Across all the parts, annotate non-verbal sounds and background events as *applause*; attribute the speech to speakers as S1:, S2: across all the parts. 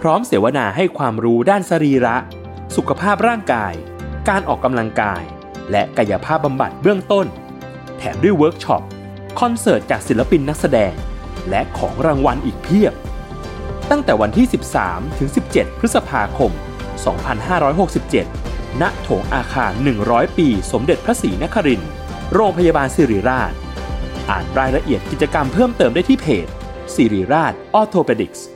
S1: พร้อมเสวนาให้ความรู้ด้านสรีระ สุขภาพร่างกาย การออกกำลังกาย และกายภาพบำบัดเบื้องต้น แถมด้วยเวิร์กช็อป คอนเสิร์ตจากศิลปินนักแสดง และของรางวัลอีกเพียบ ตั้งแต่วันที่ 13 ถึง 17 พฤษภาคม 2567 ณ โถงอาคาร 100 ปี สมเด็จพระศรีนครินทร์ โรงพยาบาลสิริราช อ่านรายละเอียดกิจกรรมเพิ่มเติมได้ที่เพจสิริราชออโทเปดิกส์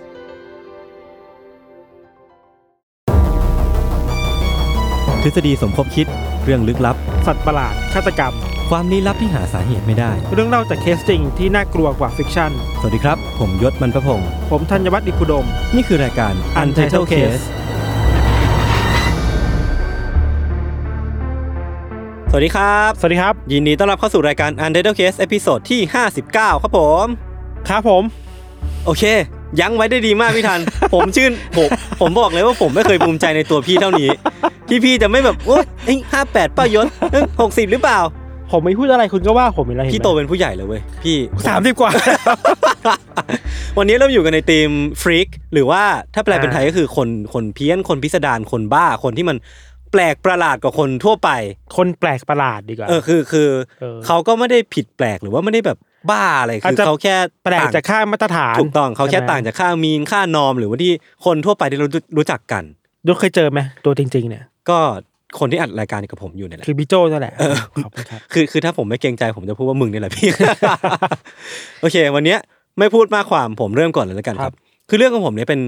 S2: ทฤษฎีสมคบคิด เรื่องลึกลับ
S3: สัตว์ประหลาด ฆาตกรรม
S2: ความลี้ลับที่หาสาเหตุไม่ได้
S3: เรื่องเล่าจากเคสจริงที่น่ากลัวกว่าฟิกชั่น
S2: สวัสดีครับ ผมยศมันประพงศ์
S3: ผมธัญวัฒน์อิพุดม
S2: นี่คือรายการ Untitled Case สวัสดีครับ
S3: สวัสดีครับ
S2: ยินดีต้อนรับเข้าสู่รายการ Untitled Case เอพิโซดที่ 59 ครับผม
S3: ครับผม
S2: โอเค ยั้งไว้ได้ดีมากพี่ทัน ผมชื่น *laughs* ผมผมบอกเลยว่าผมไม่เคยภูมิใจในตัวพี่เท่านี้ ที่พี่จะไม่แบบโอ๊ยห้าแปดป้ายศหกสิบหรือเปล่า
S3: ผมไม่พูดอะไรคุณก็ว่าผมอีกแล้วเห็นไหม
S2: พี่โตเป็นผู้ใหญ่แล้วเว้ยพี่ผม
S3: สามสิบกว่า
S2: *laughs* วันนี้เราอยู่กันในทีมฟรีกหรือว่าถ้าแปลเป็น
S3: อ่า
S2: ไทยก็คือคนคนเพี้ยนคนพิสดารคนบ้าคนที่มันแปลกประหลาดกว่าคนทั่วไป
S3: *laughs* คนแปลกประหลาดดีกว่า
S2: เออคือคือ
S3: เออ
S2: เขาก็ไม่ได้ผิดแปลกหรือว่าไม่ได้แบบบ้าอะไร
S3: อา
S2: คือ
S3: จจะ
S2: เขาแค่
S3: แปลกจากค่ามาตรฐาน
S2: ถูกต้องเขาแค่
S3: ใช่ไหม
S2: ต่างจากค่ามีนค่านอม หรือว่าที่คนทั่วไปที่เรารู้รู้จักกัน
S3: ยศเคยเจอไหมตัวจริง ๆ เนี่ย
S2: ก็คนที่อัดรายการกับผมอยู่เนี่ยแหละ
S3: คือพี่โจนั่นแหละ
S2: เออ
S3: ขอบคุณครับ
S2: คือคือถ้าผมไม่เกรงใจผมจะพูดว่ามึงนี่แหละพี่ *laughs* โอเค วันเนี้ยไม่พูดมากความผมเริ่มก่อนเลยแล้วกันค
S3: ครั
S2: รับ
S3: บ
S2: คือเรื่องของผมเนี่ยเป็น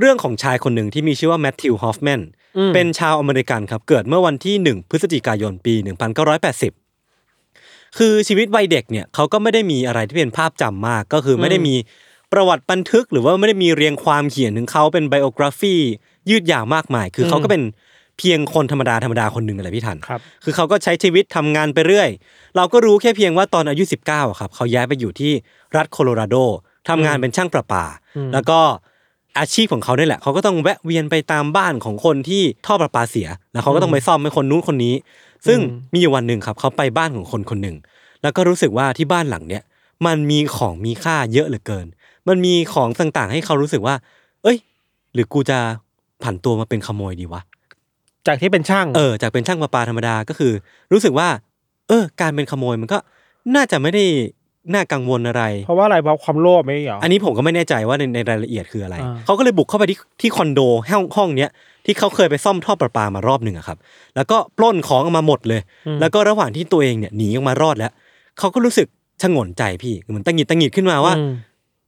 S2: เรื่องของชายคนหนึ่งที่มีชื่อว่าแมทธิวฮอฟแมน
S3: อืม
S2: เป็นชาวอเมริกันครับ เกิดเมื่อวันที่ 1 พฤศจิกายนปี 1980 คือชีวิตวัยเด็กเนี่ยเขาก็ไม่ได้มีอะไรที่เป็นภาพจำมาก ก็คือไม่ได้มีประวัติบันทึก หรือว่าไม่ได้มีเรียงความเขียนถึงเขาเป็นไบโอกราฟียืดยาวมากมาย คือเขาก็เป็นเพียงคนธรรมดาธรรมดาคนหนึ่งนั่นแหละพี่ทัน
S3: ครับ
S2: คือเขาก็ใช้ชีวิตทำงานไปเรื่อย เราก็รู้แค่เพียงว่าตอนอายุ 19อะครับ เขาย้ายไปอยู่ที่รัฐโคโลราโดทำงานเป็นช่างประปา
S3: อืม
S2: แล้วก็อาชีพของเขาเนี่ยแหละ เขาก็ต้องแวะเวียนไปตามบ้านของคนที่ท่อประปาเสีย แล้วเขาก็ต้องไปซ่อมให้คนนู้นคนนี้ ซึ่งมีอยู่วันหนึ่งครับ เขาไปบ้านของคนคนหนึ่ง แล้วก็รู้สึกว่าที่บ้านหลังเนี้ยมันมีของมีค่าเยอะเหลือเกิน มันมีของต่างๆ ให้เขารู้สึกว่า เอ้ย หรือกูจะผันตัวมาเป็นขโมยดีวะ
S3: จากที่เป็นช่าง
S2: เออจากเป็นช่างประปาธรรมดาก็คือ รู้สึกว่า เออ การเป็นขโมยมันก็น่าจะไม่ได้น่ากังวลอะไร
S3: เพราะว่าอะไรเพราะความโลภไหมเหรอ
S2: อั
S3: อั
S2: นนี้ผมก็ไม่แน่ใจว่าในในรายละเอียดคืออะไร
S3: อ่า
S2: เขาก็เลยบุกเข้าไปที่ที่คอนโดห้องห้องเนี้ยที่เขาเคยไปซ่อมท่อประปามารอบหนึ่งอะครับ แล้วก็ปล้นของเอามาหมดเลย แล้วก็ระหว่างที่ตัวเองเนี่ยหนีออกมารอดแล้วเขาก็รู้สึกชะงนใจพี่เหมือนตังหงิดตังหงิดขึ้นมาว่า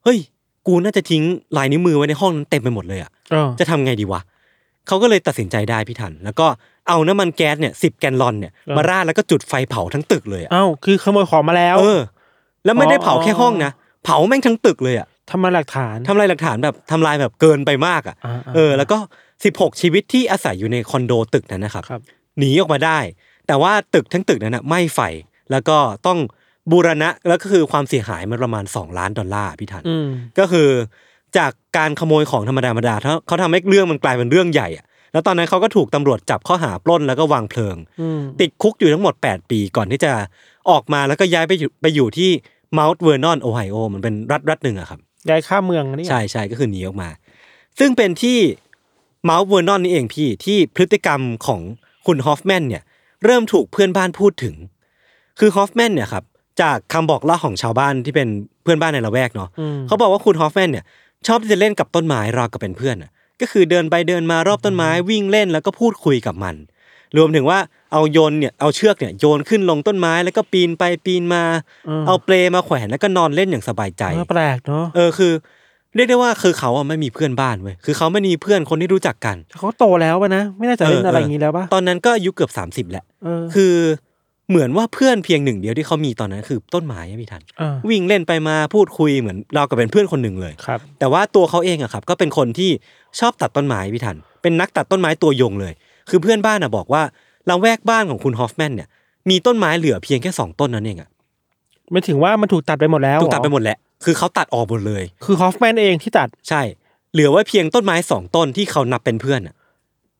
S2: เฮ้ย กูน่าจะทิ้งลายนิ้วมือไว้ในห้องนั้นเต็มไปหมดเลยอะ
S3: จะ
S2: จะทำไงดีวะเขาก็เลยตัดสินใจได้พี่ทัน แล้วก็เอาน้ำมันแก๊สเนี่ยสิบแกนลอนเนี่ยมาราดแล้วก็จุดไฟเผาทั้งตึกเลยอะ
S3: เอ้าคือขโมยของมาแล้ว
S2: เออ แล้วไม่ได้เผา
S3: อ๋อ
S2: แค่ห้องนะ เผาแม่งทั้งตึกเลยอ่ะ
S3: ทำมาหลักฐาน
S2: ทำลายหลักฐานแบบทำลายแบบเกินไปมากอ่ะ
S3: าา
S2: เออ แล้วก็สิบหกชีวิตที่อาศัยอยู่ในคอนโดตึกนั้นนะครับ
S3: ครับ
S2: หนีออกมาได้ แต่ว่าตึกทั้งตึกนั้นนะไหม้ไฟ แล้วก็ต้องบูรณะ แล้วก็คือความเสียหายมันประมาณ 2 ล้านดอลลาร์พี่ทัน
S3: อืม
S2: ก็คือจากการขโมยของธรรมดาธรรมดาเขาเขาทำให้เรื่องมันกลายเป็นเรื่องใหญ่อะแล้วตอนนั้นเขาก็ถูกตำรวจจับข้อหาปล้นแล้วก็วางเพลิง
S3: อืม
S2: ติดคุกอยู่ทั้งหมด 8 ปีก่อนที่จะออกมาแล้วก็ย้ายไปอยู่ไปอยู่ที่เม u ส์เวอร์นอนโอไฮโอมันเป็นรัฐรัฐหนึ่งอะครับ
S3: ย้ายข้ามเมืองนี่
S2: ใช่ใช่ก็คือหนีออกมา ซึ่งเป็นที่เม u ส์เวอร์นอนนี่เองพี่ที่พฤติกรรมของคุณฮอฟแมนเนี่ยเริ่มถูกเพื่อนบ้านพูดถึง คือฮอฟแมนเนี่ยครับจากคำบอกเล่าของชาวบ้านที่เป็นเพื่อนบ้านในละแวกเนาะ
S3: อืม
S2: เขาบอกว่าคุณฮอฟแมนเนี่ยชอบที่จะเล่นกับต้นไม้ราวกับเป็นเพื่อนน่ะก็คือเดินไปเดินมารอบต้นไม้วิ่งเล่นแล้วก็พูดคุยกับมัน รวมถึงว่าเอาโยนเนี่ยเอาเชือกเนี่ยโยนขึ้นลงต้นไม้แล้วก็ปีนไปปีนมา เอาเปลมาแขวนแล้วก็นอนเล่นอย่างสบายใจ
S3: เออแปลกเนาะ
S2: เออคือ เรียกได้ว่าคือเขาอะไม่มีเพื่อนบ้านเว้ยคือเขาไม่มีเพื่อนคนที่รู้จักกัน
S3: เขาโตแล้วป่ะนะ ไม่น่าจะเล่น
S2: เออ
S3: อะ
S2: อ
S3: ไรอย่างนี้แล้วป่ะ
S2: ตอนนั้นก็อายุเกือบ 30แหละ
S3: เออ
S2: คือเหมือนว่าเพื่อนเพียงหนึ่งเดียวที่เขามีตอนนั้นคือต้นไม้อะพี่ทัน
S3: เออ
S2: วิ่งเล่นไปมาพูดคุยเหมือนเรากับเป็นเพื่อนคนหนึ่งเลย
S3: ครับ
S2: แต่ว่าตัวเขาเองอะครับก็เป็นคนที่ชอบตัดต้นไม้พี่ทัน เป็นนักตัดต้นไม้ตัวยงเลย คือเพื่อนบ้านอ่ะบอกว่าละแวกบ้านของคุณฮอฟแมนเนี่ยมีต้นไม้เหลือเพียงแค่สองต้นนั่นเองอ่ะ
S3: ไม่ถึงว่ามันถูกตัดไปหมดแล้ว
S2: ถูกตัดไป
S3: เรอ
S2: หมดแหละคือเขาตัดออกหมดเลย
S3: คือฮอฟแมนเองที่ตัด
S2: ใช่ เหลือไว้เพียงต้นไม้สองต้นที่เขานับเป็นเพื่อนอ่ะ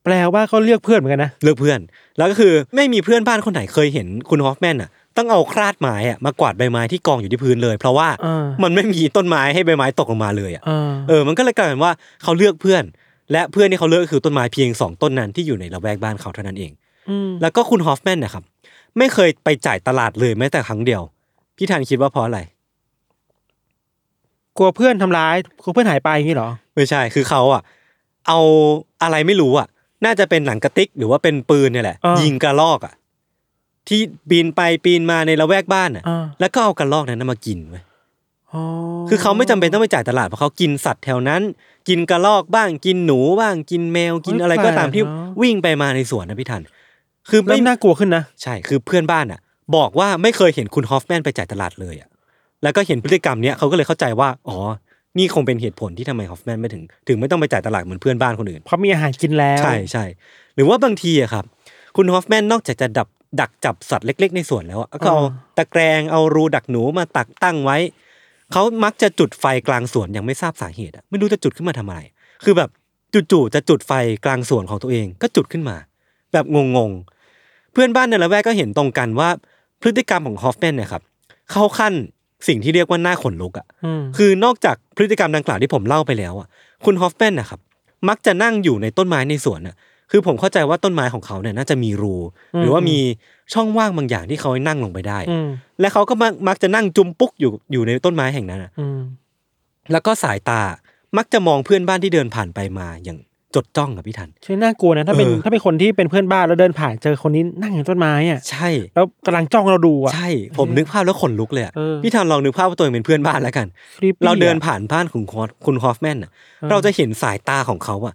S3: แปลว่าก็เลือกเพื่อนเหมือนกันนะ
S2: เลือกเพื่อน แล้วก็คือไม่มีเพื่อนบ้านคนไหนเคยเห็นคุณฮอฟแมนอ่ะ ต้องเอาคราดไม้อ่ะมากวาดใบไม้ที่กองอยู่ที่พื้นเลย เพราะว่า
S3: อ่า
S2: มันไม่มีต้นไม้ให้ใบไม้ตกลงมาเลยอ่ะ
S3: อ่า
S2: เออ มันก็เลยกลายเป็นว่าเขาเลือกเพื่อน และเพื่อนที่เขาเลือกก็คือต้นไม้เพียงสองต้นนั้นที่อยู่ในละแวกบ้านเขาเท่านั้นเอง
S3: ม
S2: แล้วก็คุณฮอฟแมนนะครับไม่เคยไปจ่ายตลาดเลยแม้แต่ครั้งเดียว พี่ธันคิดว่าเพราะอะไร
S3: กลัวเพื่อนทำร้ายกลัวเพื่อนหายไปอย่างนี้เหรอ
S2: ไม่ใช่ คือเขาอ่ะ เอาอะไรไม่รู้อ่ะ น่าจะเป็นหนังกระติกหรือว่าเป็นปืนเนี่ยแหละ
S3: อ่ายิ
S2: ยิงกระลอกอ่ะ ที่บินไปปีนมาในละแวกบ้านอ่ะ
S3: อ่า
S2: แล้วก็เอากระลอกนั้นนะมากินเว้ย
S3: อ๋อ
S2: คือเขาไม่จำเป็นต้องไปจ่ายตลาดเพราะเขากินสัตว์แถวนั้น กินกระลอกบ้าง กินหนูบ้าง กินแมว กินอะไรก็ตามที่วิ่งไปมาในสวนนะพี่ทัน คือ
S3: เริ่
S2: ไม่
S3: มน่ากลัวขึ้นนะ
S2: ใช่ คือเพื่อนบ้านอ่ะ บอกว่าไม่เคยเห็นคุณฮอฟแมนไปจ่ายตลาดเลยอ่ะ แล้วก็เห็นพฤติกรรมเนี้ยเขาก็เลยเข้าใจว่า อ๋อ นี่คงเป็นเหตุผลที่ทำไมฮอฟแมนไม่ถึง ถึงไม่ต้องไปจ่ายตลาดเหมือนเพื่อนบ้านคนอื่น
S3: เพราะมีอาหารกินแล้ว
S2: ใช่ใช่ หรือว่าบางทีอะครับ คุณฮอฟแมนนอกจากจะดับดักจับสัตว์เล็ก ๆ ในสวนแล้วอะก็เอาตะแกรงเอารูดักหนูมาตักตั้งไว้ เขามักจะจุดไฟกลางสวนยังไม่ทราบสาเหตุอะไม่รู้จะจุดขึ้นมาทำไมคือแบบจู่ๆจะจุดไฟกลางสวนของตัวเองก็จุดขึ้นมา แบบงงๆ เพื่อนบ้านในละแวกก็เห็นตรงกันว่าพฤติกรรมของฮอฟแมนเนี่ยครับเข้าขั้นสิ่งที่เรียกว่าหน้าขนลุกอะ
S3: อืม
S2: คือนอกจากพฤติกรรมดังกล่าวที่ผมเล่าไปแล้วอ่ะ คุณฮอฟแมนนะครับมักจะนั่งอยู่ในต้นไม้ในสวนอ่ะ คือผมเข้าใจว่าต้นไม้ของเขาเนี่ยน่าจะมีรู หรือว่ามีช่องว่างบางอย่างที่เขาให้นั่งลงไปได้
S3: อืม
S2: และเขาก็มักมักจะนั่งจุมปุ๊กอยู่อยู่ในต้นไม้แห่งนั้นอะ
S3: อืม
S2: แล้วก็สายตามักจะมองเพื่อนบ้านที่เดินผ่านไปมาอย่างจดจ้องกับพี่ทัน
S3: ใช่น่ากลัวนะถ้าเป็น
S2: เออ
S3: ถ้าเป็นคนที่เป็นเพื่อนบ้านแล้วเดินผ่านเจอคนนี้นั่งอยู่ต้นไม้อ่ะ
S2: ใช่
S3: แล้วกำลังจ้องเราดูอ่ะ
S2: ใช่ ผมนึกภาพแล้วขนลุกเลยอะ
S3: เออ
S2: พี่ทันลองนึกภาพว่าตัวเองเป็นเพื่อนบ้านแล้วกัน
S3: Creepy
S2: เราเดิน
S3: อะ
S2: ผ่านบ้านของคอสคุณฮอฟแมนน่ะ
S3: เออ
S2: เราจะเห็นสายตาของเขาอะ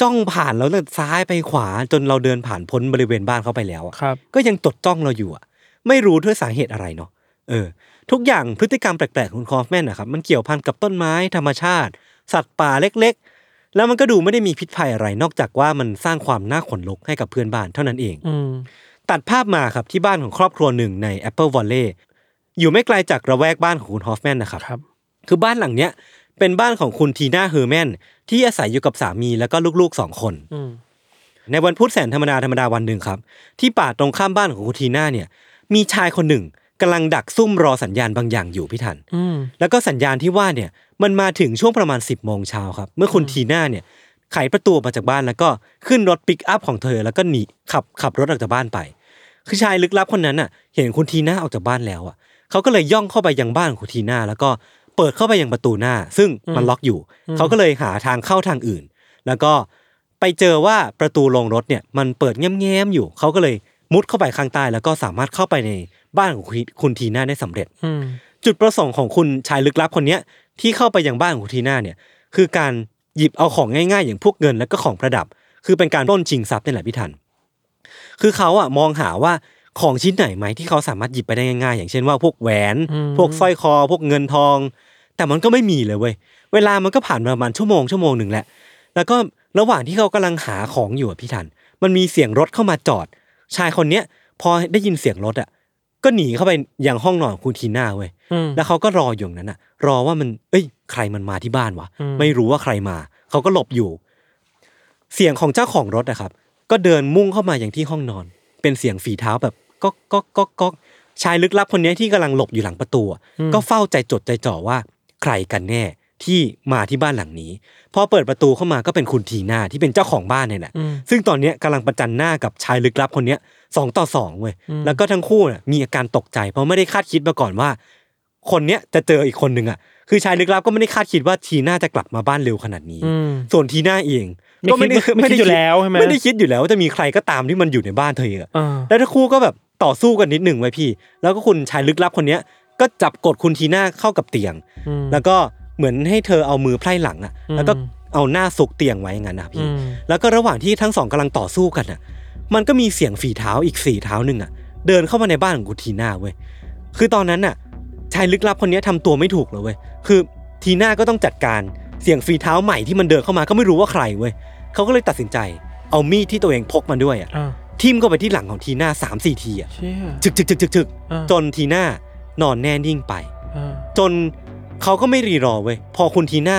S2: จ้องผ่านแล้วตั้งแต่ซ้ายไปขวาจนเราเดินผ่านพ้นบริเวณบ้านเขาไปแล้วอะ
S3: ครับ
S2: ก็ยังจดจ้องเราอยู่อะไม่รู้ด้วยสาเหตุอะไรเนาะเออ ทุกอย่างพฤติกรรมแปลกๆของคุณฮอฟแมนนะครับมันเกี่ยวพันกับต้นไม้ธรรมชาติ สัตว์ป่าเล็กๆ แล้วมันก็ดูไม่ได้มีพิษภัยอะไร นอกจากว่ามันสร้างความน่าขนลุกให้กับเพื่อนบ้านเท่านั้นเอง
S3: อืม
S2: ตัดภาพมาครับที่บ้านของครอบครัวหนึ่งใน Apple Valley อยู่ไม่ไกลจากระแวกบ้านของคุณฮอฟแมนนะครับ
S3: ครับ
S2: คือบ้านหลังเนี้ยเป็นบ้านของคุณทีน่าเฮอร์แมนที่อาศัยอยู่กับสามีแล้วก็ลูกๆสองคน
S3: อืม
S2: ในวันพุธแสนธรรมดาธรรมดาวันหนึ่งครับ ที่ป่าตรงข้ามบ้านของคุณทีน่าเนี่ย มีชายคนหนึ่งกำลังดักซุ่มรอสัญญาณบางอย่างอยู่พี่ทัน
S3: อืม
S2: แล้วก็สัญญาณที่ว่าเนี่ยมันมาถึงช่วงประมาณ 10บโมงเช้าครับ เมื่อคุณทีน่าเนี่ยไขประตูออกมาจากบ้านแล้วก็ขึ้นรถปิกอัพของเธอแล้วก็หนีขับขับรถออกจากบ้านไป คือชายลึกลับคนนั้นน่ะ เห็นคุณทีน่าออกจากบ้านแล้วอ่ะเขาก็เลยย่องเข้าไปยังบ้านของคุณทีน่าแล้วก็เปิดเข้าไปยังประตูหน้า ซึ่งมันล็อกอยู่ เขาก็เลยหาทางเข้าทางอื่น แล้วก็ไปเจอว่าประตูลงรถเนี่ยมันเปิดแง้มๆอยู่เขาก็เลยมุดเข้าไปข้างใต้แล้วก็สามารถเข้าไปในบ้านของคุณคุณทีน่าได้สำเร็จ
S3: อืม
S2: จุดประสงค์ของคุณชายลึกลับคนเนี้ยที่เข้าไปยังบ้านของคุณทีน่าเนี่ยคือการหยิบเอาของง่ายๆ อย่างพวกเงินและก็ของประดับ คือเป็นการปล้นชิงทรัพย์นี่แหละพี่ทัน คือเขาอะมองหาว่าของชิ้นไหนไหมที่เขาสามารถหยิบไปได้ง่ายๆ อย่างเช่นว่าพวกแหวน พวกสร้อยคอ พวกเงินทอง แต่มันก็ไม่มีเลยเว้ยเวลามันก็ผ่านมาประมาณชั่วโมงชั่วโมงหนึ่งแหละ แล้วก็ระหว่างที่เขากำลังหาของอยู่อะพี่ทัน มันมีเสียงรถเข้ามาจอด ชายคนเนี้ยพอได้ยินเสียงรถอะก็หนีเข้าไปยังห้องนอนของคุณทีน่าเว้ย
S3: อืม
S2: แล้วเขาก็รออยู่อย่างนั้นน่ะ รอว่ามัน เอ้ย ใครมันมาที่บ้านวะ
S3: อืม
S2: ไม่รู้ว่าใครมา เขาก็หลบอยู่ เสียงของเจ้าของรถนะครับ ก็เดินมุ่งเข้ามาอย่างที่ห้องนอน เป็นเสียงฝีเท้าแบบก๊อกก๊อกก๊อกก๊อกชายลึกลับคนนี้ที่กำลังหลบอยู่หลังประตูอะก็เฝ้าใจจดใจจ่อว่า ใครกันแน่ที่มาที่บ้านหลังนี้ พอเปิดประตูเข้ามาก็เป็นคุณทีน่าที่เป็นเจ้าของบ้านเนี่ยแหละ
S3: อืม
S2: ซึ่งตอนเนี้ยกำลังประจันหน้ากับชายลึกลับคนเนี้ยสองต่อสองเว้ย
S3: อืม
S2: แล้วก็ทั้งคู่น่ะมีอาการตกใจ เพราะไม่ได้คาดคิดมาก่อนว่า คนเนี้ยจะเจออีกคนหนึ่งอ่ะคือชายลึกลับก็ไม่ได้คาดคิดว่าทีน่าจะกลับมาบ้านเร็วขนาดนี้
S3: อืม
S2: ส่วนทีน่าเองก็ไม่ได้
S3: ไม่คิดไม่คิดอยู่แล้วใช่ไหม
S2: ไม่ได้คิดอยู่แล้วว่าจะมีใครก็ตามที่มันอยู่ในบ้านเธออะ
S3: อ่า
S2: แล้วทั้งคู่ก็แบบต่อสู้กันนิดหนึ่งไว้ยพี่ แล้วก็คุณชายลึกลับคนเนี้ยก็จับกดคุณทีน่าเข้ากับเตียง
S3: อืม
S2: แล้วก็เหมือนให้เธอเอามือไพร่หลังอ่ะ แล้วก็
S3: อืม
S2: เอาหน้าซุกเตียงไว้อย่างนั้นนะ
S3: อื
S2: พี่
S3: ม
S2: แล้วก็ระหว่างที่ทั้งสองกำลังต่อสู้กันน่ะ มันก็มีเสียงฝีเท้าอีกสี่เท้าหนึ่งอ่ะ เดินเข้ามาในบ้านของคุณทีน่าเว้ย คือตอนนั้นน่ะ ชายลึกลับคนเนี้ยทำตัวไม่ถูกเลยเว้ย คือทีน่าก็ต้องจัดการ เสียงฝีเท้าใหม่ที่มันเดินเข้ามาก็ไม่รู้ว่าใครเว้ย เขาก็เลยตัดสินใจ เอามีดที่ตัวเองพกมาด้วยอะ
S3: อ้าว
S2: ทิ่มเข้าไปที่หลังของทีน่าสามสี่ทีอะ
S3: เชี่ย
S2: จึกจึกจึกจึกจึก
S3: อ่า
S2: จนทีน่านอนแน่นิ่งไป
S3: อ่า
S2: จนเขาก็ไม่รีรอเว้ยพอคุณทีน่า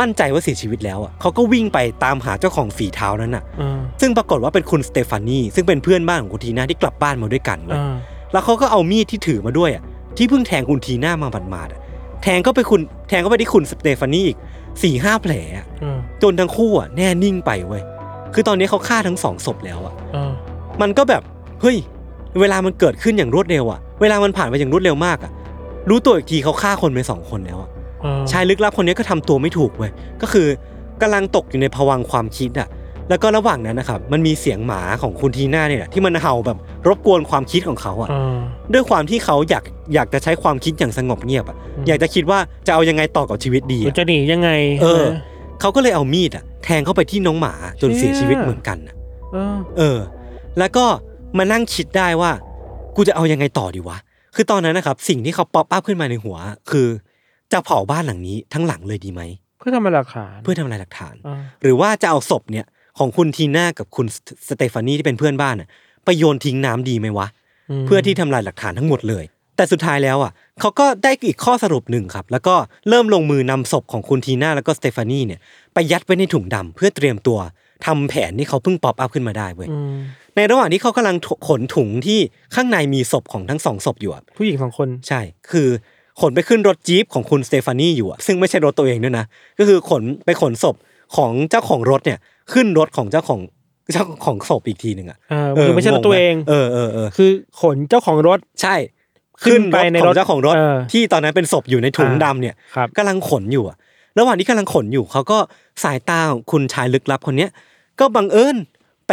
S2: มั่นใจว่าเสียชีวิตแล้วอ่ะเขาก็วิ่งไปตามหาเจ้าของฝีเท้านั้นอ่ะ
S3: อ่า
S2: ซึ่งปรากฏว่าเป็นคุณสเตฟานีซึ่งเป็นเพื่อนบ้านของคุณทีน่าที่กลับบ้านมาด้วยกันเว้ย
S3: อ่า
S2: แล้วเขาก็เอามีดที่ถือมาด้วยอ่ะที่เพิ่งแทงคุณทีน่ามาหมาดๆอ่ะแทงก็ไปคุณแทงก็ไปที่คุณสเตฟานีอีกสี่ห้าแผลอ่ะ
S3: อ่า
S2: จนทั้งคู่อ่ะแน่นิ่งไปเว้ยคือตอนนี้เขาฆ่าทั้งสองศพแล้วอ่ะ
S3: อ่า
S2: มันก็แบบเฮ้ยเวลามันเกิดขึ้นอย่างรวดเร็วอ่ะ เวลามันผ่านไปอย่างรวดเร็วมากอ่ะ รู้ตัวอีกทีเขาฆ่าคนไปสองคนแล้วอ่ะ
S3: อ่า
S2: ชายลึกลับคนนี้ก็ทำตัวไม่ถูกเว้ย ก็คือกำลังตกอยู่ในภวังค์ความคิดอ่ะ แล้วก็ระหว่างนั้นนะครับ มันมีเสียงหมาของคุณทีน่าเนี่ยแหละที่มันเห่าแบบรบกวนความคิดของเขาอ่ะ
S3: อ่า
S2: ด้วยความที่เขาอยากอยากจะใช้ความคิดอย่างสงบเงียบอ่ะ
S3: อืม
S2: อยากจะคิดว่าจะเอายังไงต่อกับชีวิตดี
S3: ห
S2: อะ
S3: รือจะหนียังไง
S2: เออ
S3: นะ
S2: เขาก็เลยเอามีดอ่ะแทงเข้าไปที่น้องหมาจนเสียชีวิตเหมือนกันอะ
S3: เออ
S2: เออ แล้วก็มานั่งคิดได้ว่า กูจะเอายังไงต่อดีวะ คือตอนนั้นนะครับ สิ่งที่เขาป๊อปอัพขึ้นมาในหัว คือ จะเผาบ้านหลังนี้ทั้งหลังเลยดีไหม
S3: เพื่อทำเป็นหลักฐาน
S2: เพื่อทำลายหลักฐาน
S3: อ่า
S2: หรือว่าจะเอาศพเนี่ยของคุณทีน่ากับคุณสสเตฟานีที่เป็นเพื่อนบ้านน่ะไปโยนทิ้งน้ำดีไหมวะ
S3: ม
S2: เพื่อที่ทำลายหลักฐานทั้งหมดเลย แต่สุดท้ายแล้วอ่ะเขาก็ได้อีกข้อสรุปหนึ่งครับ แล้วก็เริ่มลงมือนำศพของคุณทีน่าแล้วก็สเตฟานีเนี่ยไปยัดไว้ในถุงดำเพื่อเตรียมตัวทำแผนที่เขาเพิ่งป๊อปอัพขึ้นมาได้เว้ย
S3: อืม
S2: ในระหว่างที่เขากำลังถขนถุงที่ข้างในมีศพของทั้งสองศพอยู่อะ
S3: ผู้หญิงสองคน
S2: ใช่ คือขนไปขึ้นรถจี๊ปของคุณสเตฟานีอยู่อะซึ่งไม่ใช่รถตัวเองด้วยนะ ก็คือขนไปขนศพของเจ้าของรถเนี่ยขึ้นรถของเจ้าของเจ้าของศพอีกทีหนึ่งอะ
S3: อ่าคือไม่ใช่รถ
S2: งง
S3: ตัวเอง
S2: เออเออเออ
S3: คือขนเจ้าของรถ
S2: ใช่
S3: ขึ้น
S2: ขึ้น
S3: ไป
S2: ไป
S3: ใน
S2: ใน
S3: ร
S2: ร
S3: ถ
S2: ถของเจ้าของรถ
S3: เออ
S2: ที่ตอนนั้นเป็นศพอยู่ในถุงดำเนี่ย
S3: ครับ
S2: กำลังขนอยู่อะระหว่างที่กำลังขนอยู่เขาก็สายตาของคุณชายลึกลับคนเนี้ยก็บังเอิญไป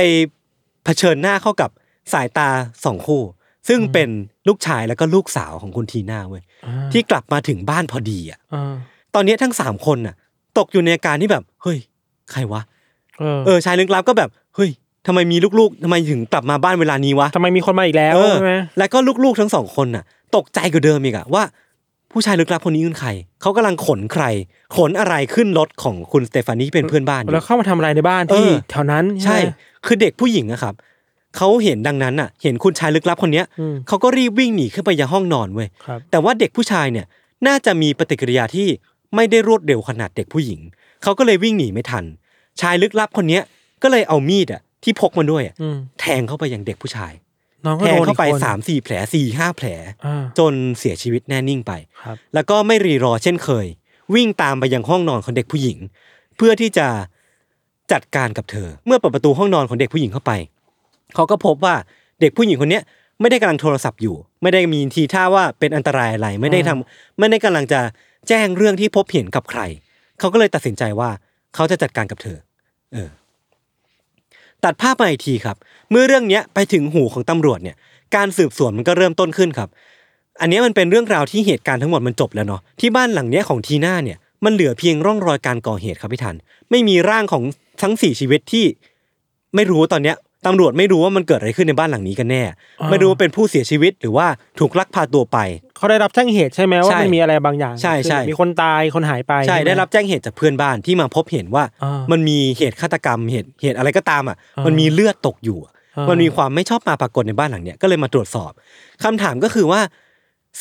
S2: เผชิญหน้าเข้ากับสายตาสองคู่ ซึ่งเป็นลูกชายแล้วก็ลูกสาวของคุณทีน่าเว้ย
S3: อ่า
S2: ที่กลับมาถึงบ้านพอดีอ่ะ
S3: อ่า
S2: ตอนเนี้ยทั้งสามคนน่ะ ตกอยู่ในอาการที่แบบ เฮ้ย ใครวะ
S3: เออ
S2: เออชายลึกลับก็แบบเฮ้ยทำไมมีลูกๆทำไมถึงกลับมาบ้านเวลานี้วะ
S3: ทำไมมีคนมาอีกแล้ว
S2: เออ
S3: ใช่ไหม
S2: แล้วก็ลูกๆทั้งสองคนน่ะ ตกใจกว่าเดิมอีกอะว่า ผู้ชายลึกลับคนนี้คือใคร เขากำลังขนใคร ขนอะไรขึ้นรถของคุณสเตฟานีที่เป็นเพื่อนบ้านอยู่
S3: แล้วเข้ามาทำอะไรในบ้านที่
S2: เออ
S3: แถวนั้น
S2: ใช่
S3: ไหม
S2: คือเด็กผู้หญิงอะครับเขาเห็นดังนั้นน่ะ เห็นคุณชายลึกลับคนเนี้ย
S3: อืม
S2: เขาก็รีบวิ่งหนีขึ้นไปยังห้องนอนเว้ย
S3: ครับ
S2: แต่ว่าเด็กผู้ชายเนี่ยน่าจะมีปฏิกิริยาที่ไม่ได้รวดเร็วขนาดเด็กผู้หญิงเขาก็เลยวิ่งหนีไม่ทัน ชายลึกลับคนเนี้ยก็เลยเอามีดอะที่พกมาด้วยอะ
S3: อืม
S2: แทงเข้าไปยังเด็กผู้ชาย
S3: น้องก็
S2: แท
S3: โด
S2: ง
S3: น
S2: เข้าไป
S3: อีกคน
S2: สามสี่แผลสี่ห้าแผล
S3: อ่า
S2: จนเสียชีวิตแน่นิ่งไป
S3: ครับ
S2: แล้วก็ไม่รีรอเช่นเคย วิ่งตามไปยังห้องนอนของเด็กผู้หญิง เพื่อที่จะจัดการกับเธอ เมื่อเปิดประตูห้องนอนของเด็กผู้หญิงเข้าไป เขาก็พบว่าเด็กผู้หญิงคนเนี้ยไม่ได้กำลังโทรศัพท์อยู่ ไม่ได้มีทีท่าว่าเป็นอันตรายอะไรไม่ได้ทำไม่ได้กำลังจะแจ้งเรื่องที่พบเห็นกับใคร เขาก็เลยตัดสินใจว่าเขาจะจัดการกับเธอ เออ ตัดภาพมาอีกทีครับ เมื่อเรื่องเนี้ยไปถึงหูของตำรวจเนี่ย การสืบสวนมันก็เริ่มต้นขึ้นครับ อันเนี้ยมันเป็นเรื่องราวที่เหตุการณ์ทั้งหมดมันจบแล้วเนาะที่บ้านหลังเนี้ยของทีน่าเนี่ยมันเหลือเพียงร่องรอยการก่อเหตุครับพี่ทัน ไม่มีร่างของทั้งสี่ชีวิตที่ ไม่รู้ตอนเนี้ยตำรวจไม่รู้ว่ามันเกิดอะไรขึ้นในบ้านหลังนี้กันแน่ ไม่รู้ว่าเป็นผู้เสียชีวิตหรือว่าถูกลักพาตัวไป
S3: เขาได้รับแจ้งเหตุใช่ไหมว่า
S2: ใช่
S3: มันมีอะไรบางอย่าง
S2: ใช่ใช่
S3: มีคนตายคนหายไป
S2: ใช่
S3: หม
S2: ได้รับแจ้งเหตุจากเพื่อนบ้านที่มาพบเห็นว่า
S3: อ่ามั
S2: มันมีเหตุฆาตกรรมเหตุเหตุอะไรก็ตามอ่ะ
S3: อ่ามั
S2: มันมีเลือดตกอยู่อะ
S3: อ่ามั
S2: มันมีความไม่ชอบมาปรากฏในบ้านหลังเนี้ยก็เลยมาตรวจสอบคำถามก็คือว่า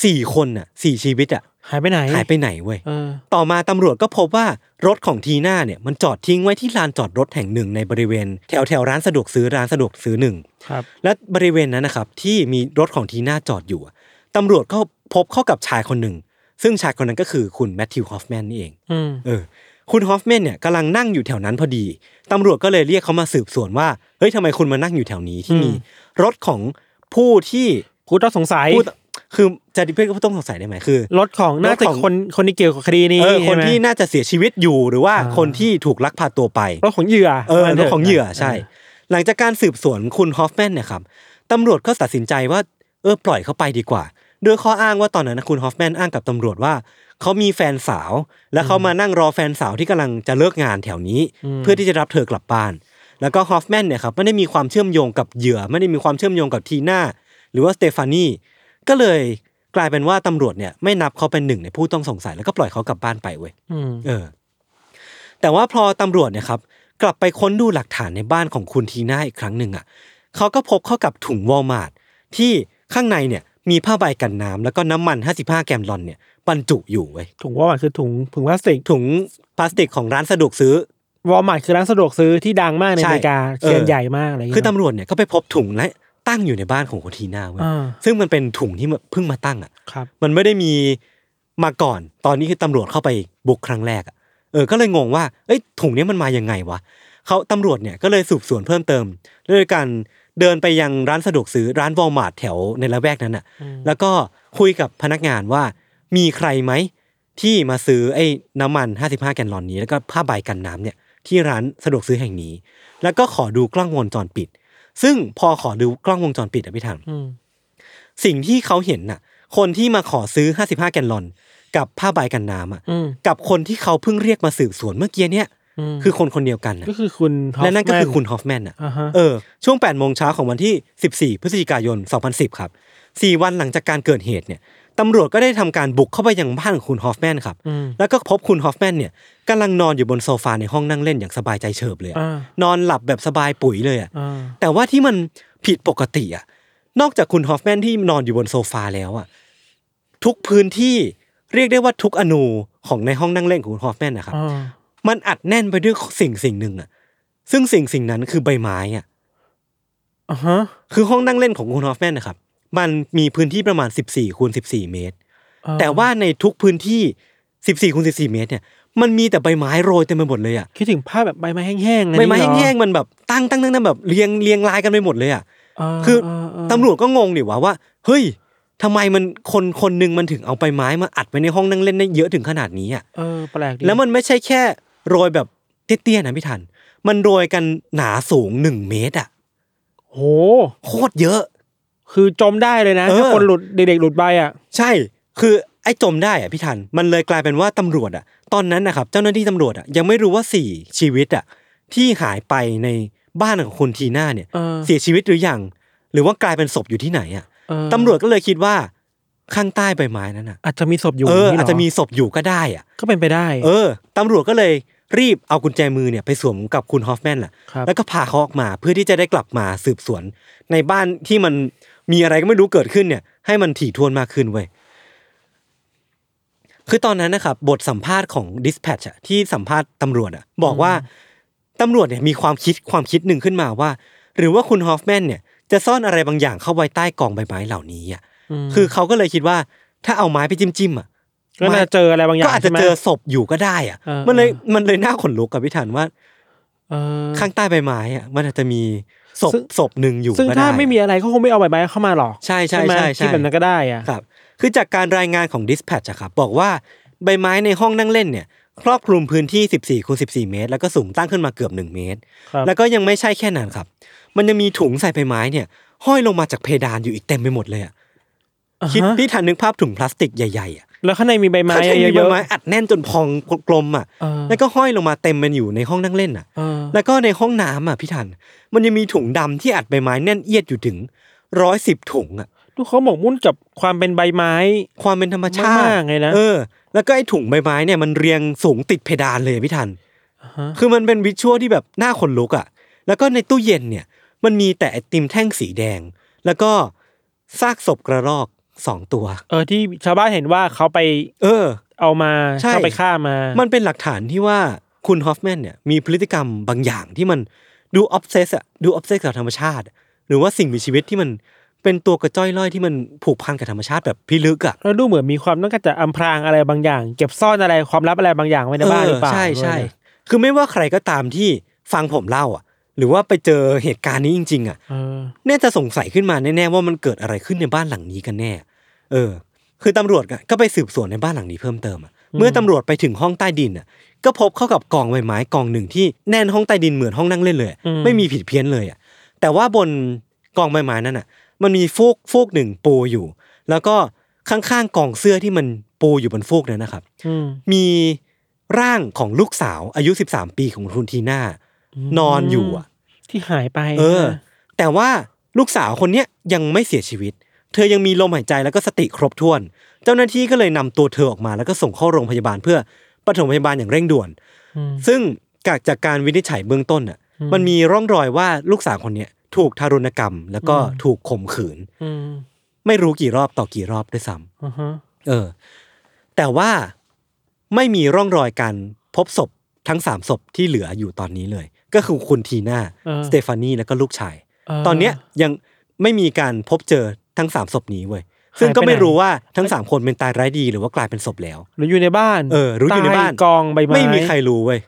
S2: สี่คนน่ะสี่ชีวิตอ่ะ
S3: หายไปไหน
S2: หายไปไหนเว้ย
S3: เออ
S2: ต่อมาตำรวจก็พบว่ารถของทีน่าเนี่ยมันจอดทิ้งไว้ที่ลานจอดรถแห่งหนึ่งในบริเวณ แถวแถวร้านสะดวกซื้อร้านสะดวกซื้อหนึ่ง
S3: ครับ
S2: และบริเวณนั้นนะครับที่มีรถของทีน่าจอดอยู่อะตำรวจก็พบเข้ากับชายคนหนึ่ง ซึ่งชายคนนั้นก็คือคุณแมทธิวฮอฟแมนนี่เอง
S3: อืม
S2: เออ คุณฮอฟแมนเนี่ยกำลังนั่งอยู่แถวนั้นพอดี ตำรวจก็เลยเรียกเขามาสืบสวนว่า เฮ้ยทำไมคุณมานั่งอยู่แถวนี้ที่มีรถของผู้ที่
S3: ผู้ต้องสงสัย
S2: ผู้ตคือจะเรียกว่าผู้ต้องสงสัยได้ไหมคือ
S3: รถของน่าจะ
S2: รถของ
S3: คนคนที่เกี่ยวกับคดีนี้
S2: เออค
S3: ใช่
S2: น
S3: ไหม
S2: ที่น่าจะเสียชีวิตอยู่หรือว่า
S3: อ่า
S2: คนที่ถูกลักพาตัวไป
S3: รถของเหยื่อ
S2: เออ
S3: ว่า
S2: เรื่
S3: ถะ
S2: องของเหยื่อใช่ หลังจากการสืบสวนคุณฮอฟแมนเนี่ยครับตำรวจก็ตัดสินใจว่า เออปล่อยเขาไปดีกว่าด้วยข้ออ้างว่าตอนนั้นนะคุณฮอฟแมนอ้างกับตำรวจว่าเขามีแฟนสาว และเขามานั่งรอแฟนสาวที่กำลังจะเลิกงานแถวนี้ เพื่อที่จะรับเธอกลับบ้าน แล้วก็ฮอฟแมนเนี่ยครับไม่ได้มีความเชื่อมโยงกับเหยื่อ ไม่ได้มีความเชื่อมโยงกับทีน่าหรือว่าสเตฟานีก็เลยกลายเป็นว่าตำรวจเนี่ยไม่นับเขาเป็นหนึ่งในผู้ต้องสงสัยแล้วก็ปล่อยเขากลับบ้านไปเว้ย
S3: อืม
S2: เออแต่ว่าพอตำรวจเนี่ยครับ กลับไปค้นดูหลักฐานในบ้านของคุณทีน่าอีกครั้งหนึ่งอ่ะเขาก็พบเข้ากับถุงวอลมาร์ทที่ข้างในเนี่ยมีผ้าใบกันน้ำแล้วก็น้ำมัน 55 แกมลอนเนี่ยบรรจุอยู่เว้ย
S3: ถุงวอลมาร์ทคือถุงถุงพลาสติก
S2: ถุงพลาสติกของร้านสะดวกซื้อ
S3: วอลมาร์ทคือร้านสะดวกซื้อที่ดังมากใน
S2: ใช่
S3: อเมริกาเชียน
S2: เออ
S3: ใหญ่มากอะไรอย่าง
S2: คือ
S3: เงี้ย
S2: ตำรวจเนี่ยก็ไปพบถุงและตั้งอยู่ในบ้านของคุณทีน่าเว้ย
S3: อ่า
S2: ซึ่งมันเป็นถุงที่เพิ่งมาตั้งอ่ะ
S3: ครับ
S2: มันไม่ได้มีมาก่อน ตอนนี้คือตำรวจเข้าไปบุกครั้งแรกอะเออ ก็เลยงงว่า เอ้ย ถุงเนี้ยมันมายังไงวะเขาตำรวจเนี่ยก็เลยสืบสวนเพิ่มเติมด้วยการเดินไปยังร้านสะดวกซื้อร้านวอลมาร์ทแถวในละแวกนั้นอะแล้วก็คุยกับพนักงานว่า มีใครไหมที่มาซื้อไอ้น้ำมัน 55 แกนลอนนี้ แล้วก็ผ้าใบกันน้ำเนี่ยที่ร้านสะดวกซื้อแห่งนี้ แล้วก็ขอดูกล้องวงจรปิด ซึ่งพอขอดูกล้องวงจรปิดอะพี่ถัง
S3: อืม
S2: สิ่งที่เขาเห็นน่ะ คนที่มาขอซื้อ 55 แกนลอน กับผ้าใบกันน้ำอ่ะ
S3: อืม
S2: กับคนที่เขาเพิ่งเรียกมาสืบสวนเมื่อกี้เนี่ย
S3: ม
S2: คือคนคนเดียวกันน่ะ
S3: ก็คือคุณฮอฟ
S2: และนั่นก็คือคุณ
S3: แม
S2: ฮอฟแมนน่ะ
S3: อ่าฮะ
S2: เออ ช่วง 8 โมงเช้าของวันที่ 14 พฤศจิกายน 2010 ครับ 4 วันหลังจากการเกิดเหตุเนี่ย ตำรวจก็ได้ทำการบุกเข้าไปยังบ้านของคุณฮอฟแมนครับ
S3: อืม
S2: แล้วก็พบคุณฮอฟแมนเนี่ยกำลังนอนอยู่บนโซฟาในห้องนั่งเล่นอย่างสบายใจเฉิบเลยอะ
S3: อ่าน
S2: อนหลับแบบสบายปุ๋ยเลยอะ
S3: อ่า
S2: แต่ว่าที่มันผิดปกติอ่ะ นอกจากคุณฮอฟแมนที่นอนอยู่บนโซฟาแล้วอ่ะ ทุกพื้นที่เรียกได้ว่าทุกอนูของในห้องนั่งเล่นของคุณฮอฟแมนนะครับ
S3: อ่า
S2: มันอัดแน่นไปด้วยสิ่งสิ่งหนึ่งอ่ะ ซึ่งสิ่งสิ่งนั้นคือใบไม้อ่ะ
S3: อ่าฮะ
S2: คือห้องนั่งเล่นของคุณฮอฟแมนนะครับ มันมีพื้นที่ประมาณ 14คูณ14 เมตร
S3: อ่
S2: แต่ว่าในทุกพื้นที่ 14คูณ14 เมตรเนี่ย มันมีแต่ใบไม้โรยเต็มไปหมดเลยอ่ะ
S3: คิดถึงภาพแบบใบไม้แห้งๆอัน
S2: ใบ
S3: นี้
S2: ไม้
S3: เรอ
S2: แห้งๆมันแบบตั้งตั้งตั้งตั้งแบบเรียงเรียงรายกันไปหมดเลยอ่ะ
S3: า
S2: คือ
S3: าอ่า
S2: ตำรวจก็งงดิว่าว่า เฮ้ยทำไมมันคนคนหนึ่งมันถึงเอาใบไม้มาอัดไว้ในห้องนั่งเล่นได้เยอะถึงขนาดนี้อ่ะ
S3: เออแปลกดี
S2: แล้วมันไม่ใช่แค่โรยแบบเตี้ยๆนะพี่ทัน มันโรยกันหนาสูงหนึ่งเมตรอ่ะ
S3: โห
S2: โคตรเยอะ
S3: คือจมได้เลยนะ
S2: เออ
S3: ถ้าคนหลุดเด็กๆหลุดไปอ่ะ
S2: ใช่ คือไอ้จมได้อ่ะพี่ทัน มันเลยกลายเป็นว่าตำรวจอ่ะ ตอนนั้นนะครับ เจ้าหน้าที่ตำรวจอ่ะยังไม่รู้ว่าสี่ชีวิตอ่ะที่หายไปในบ้านของคุณทีน่าเนี่ย
S3: เออ
S2: เสียชีวิตหรือยังหรือว่ากลายเป็นศพอยู่ที่ไหนอ่ะ
S3: เออ
S2: ตำรวจก็เลยคิดว่าข้างใต้ใบไม้นั้นอ่ะ
S3: อาจจะมีศพอยู่
S2: เออ
S3: นี่หร
S2: อาจจะมีศพอยู่ก็ได้อ่ะ
S3: ก็เป็นไปได้
S2: เออตำรวจก็เลยรีบเอากุญแจมือเนี่ยไปสวมกับคุณฮอฟแมนแหละ
S3: ครับ
S2: แล้วก็พาเขาออกมาเพื่อที่จะได้กลับมาสืบสวน ในบ้านที่มันมีอะไรก็ไม่รู้เกิดขึ้นเนี่ย ให้มันถี่ถ้วนมากขึ้นเว้ยคือตอนนั้นนะครับบทสัมภาษณ์ของดิสแพชอะที่สัมภาษณ์ตำรวจอะบอกว่าตำรวจเนี่ยมีความคิดความคิดหนึ่งขึ้นมาว่า หรือว่าคุณฮอฟแมนเนี่ยจะซ่อนอะไรบางอย่างเข้าไว้ใต้กองใบไม้เหล่านี้อะ
S3: ม
S2: คือเขาก็เลยคิดว่าถ้าเอาไม้ไปจิ้มจิ้มๆอะ
S3: ก็น่าเจออะไรบางอย่า
S2: ก็
S3: ง
S2: อาจจะ
S3: ใช่ไหม
S2: เจอศพอยู่ก็ได้อะ
S3: เออ
S2: มันเลยมันเลยน่าขนลุกกับพี่ถันว่า
S3: เออ
S2: ข้างใต้ใบไม้อะมันอาจจะมีศพ
S3: ซึ่ง
S2: ศพหนึ่งอยู่
S3: ซึ่ง
S2: ก็ได้
S3: ถ้าไม่มีอะไรก็คงไม่เอาใบไม้เข้ามาหรอก
S2: ใช่ใช่
S3: ไหม
S2: ใช่ใช่
S3: ที่แบบนั้นก็ได้อ่ะ
S2: ครับ คือจากการรายงานของ Dispatch อะครับบอกว่าใบไม้ในห้องนั่งเล่นเนี่ย ครอบคลุมพื้นที่ 14คูณ14 เมตร แล้วก็สูงตั้งขึ้นมาเกือบ 1 เมตร
S3: ครับ
S2: แล้วก็ยังไม่ใช่แค่นั้นครับ มันยังมีถุงใส่ใบไม้เนี่ย ห้อยลงมาจากเพดานอยู่อีกเต็มไปหมดเลยอะ
S3: อ่าฮะ
S2: คิดพี่ทันนึกภาพถุงพลาสติกใหญ่ๆอะ
S3: แล้วข้างในมีใบไม้
S2: ข้างในมี
S3: เย
S2: ใบ
S3: อะ
S2: ไม้อัดแน่นจนพองกลมๆอะ
S3: ๆเออ
S2: แล้วก็ห้อยลงมาเต็มมันอยู่ในห้องนั่งเล่นอ่ะ
S3: เออ
S2: แล้วก็ในห้องน้ำอ่ะพี่ทัน มันยังมีถุงดำที่อัดใบไม้แน่นเอียดอยู่ถึงร้อยสิบถุงอ่ะ
S3: ดูเขาหมกมุ่นกับความเป็นใบไม้
S2: ความเป็นธรรมชาติ
S3: มากๆเลยนะ
S2: เออ แล้วก็ไอ้ถุงใบไม้เนี่ยมันเรียงสูงติดเพดานเลยอะพี่ทัน
S3: อ่าฮะ
S2: คือมันเป็นวิชวลที่แบบน่าขนลุกอ่ะ แล้วก็ในตู้เย็นเนี่ย มันมีแต่ไอติมแท่งสีแดง แล้วก็ซากศพกระรอกสองตัว
S3: เออที่ชาวบ้านเห็นว่าเขาไป
S2: เออ
S3: เอามา
S2: ใช่
S3: เขาไปฆ่ามา
S2: มันเป็นหลักฐานที่ว่าคุณฮอฟแมนเนี่ยมีพฤติกรรมบางอย่างที่มันดูออฟเซสอะดูออฟเซสกับธรรมชาติ หรือว่าสิ่งมีชีวิตที่มันเป็นตัวกระจ้อยล่อยที่มันผูกพันกับธรรมชาติแบบพิลึกอะ
S3: แล้วดูเหมือนมีความต้องการจะอำพรางอะไรบางอย่าง เก็บซ่อนอะไรความลับอะไรบางอย่างไว้ในบ้านหรือเปล่า
S2: ใช่
S3: ด้วย
S2: ใช่
S3: นะ
S2: คือไม่ว่าใครก็ตามที่ฟังผมเล่าอะหรือว่าไปเจอเหตุการณ์นี้จริง ๆอะ
S3: เออ
S2: น่าจะสงสัยขึ้นมาแน่ๆว่ามันเกิดอะไรขึ้นในบ้านหลังนี้กันแน่ เออ คือตำรวจอะก็ไปสืบสวนในบ้านหลังนี้เพิ่มเติมอะเมื่อตำรวจไปถึงห้องใต้ดินอะก็พบเข้ากับกองใบไม้กองหนึ่งที่แน่นห้องใต้ดินเหมือนห้องนั่งเล่นเลยอะไม่มีผิดเพี้ยนเลยอะแต่ว่าบนกองใบไม้นั้นอะมันมีฟูกฟูกหนึ่งปูอยู่ แล้วก็ข้างๆกองเสื้อที่มันปูอยู่บนฟูกนั้นนะครับ
S3: อืม
S2: มีร่างของลูกสาวอายุ 13 ปีของคุณทีน่านอนอยู่อะ
S3: ที่หายไป
S2: เออ
S3: นะ
S2: แต่ว่าลูกสาวคนเนี้ยยังไม่เสียชีวิต เธอยังมีลมหายใจแล้วก็สติครบถ้วน เจ้าหน้าที่ก็เลยนำตัวเธอออกมาแล้วก็ส่งเข้าโรงพยาบาลเพื่อปฐมพยาบาลอย่างเร่งด่วน
S3: อืม
S2: ซึ่ง จากจากการวินิจฉัยเบื้องต้นอ่ะ
S3: อืม
S2: มันมีร่องรอยว่าลูกสาวคนเนี้ยถูกทารุณกรรม แล้วก็
S3: อืม
S2: ถูกข่มขืน
S3: อืม
S2: ไม่รู้กี่รอบต่อกี่รอบด้วยซ้ำ
S3: อือฮะ
S2: เออ แต่ว่าไม่มีร่องรอยการพบศพทั้งสามศพที่เหลืออยู่ตอนนี้เลย ก็คือคุณทีน่า
S3: เออ
S2: สเตฟานีแล้วก็ลูกชาย
S3: เ
S2: ตอนเนี้ยยังไม่มีการพบเจอทั้งสามศพนี้เว้ยซึ่งก็
S3: หายไปไหน
S2: ไม่รู้ว่าทั้งสามคนเป็นตายร้ายดีหรือว่ากลายเป็นศพแล้ว
S3: หรืออยู่ในบ้าน
S2: เออรู้อยู่ในบ้าน
S3: ใต้กองใบไม้
S2: ไม่มีใครรู้เว้ย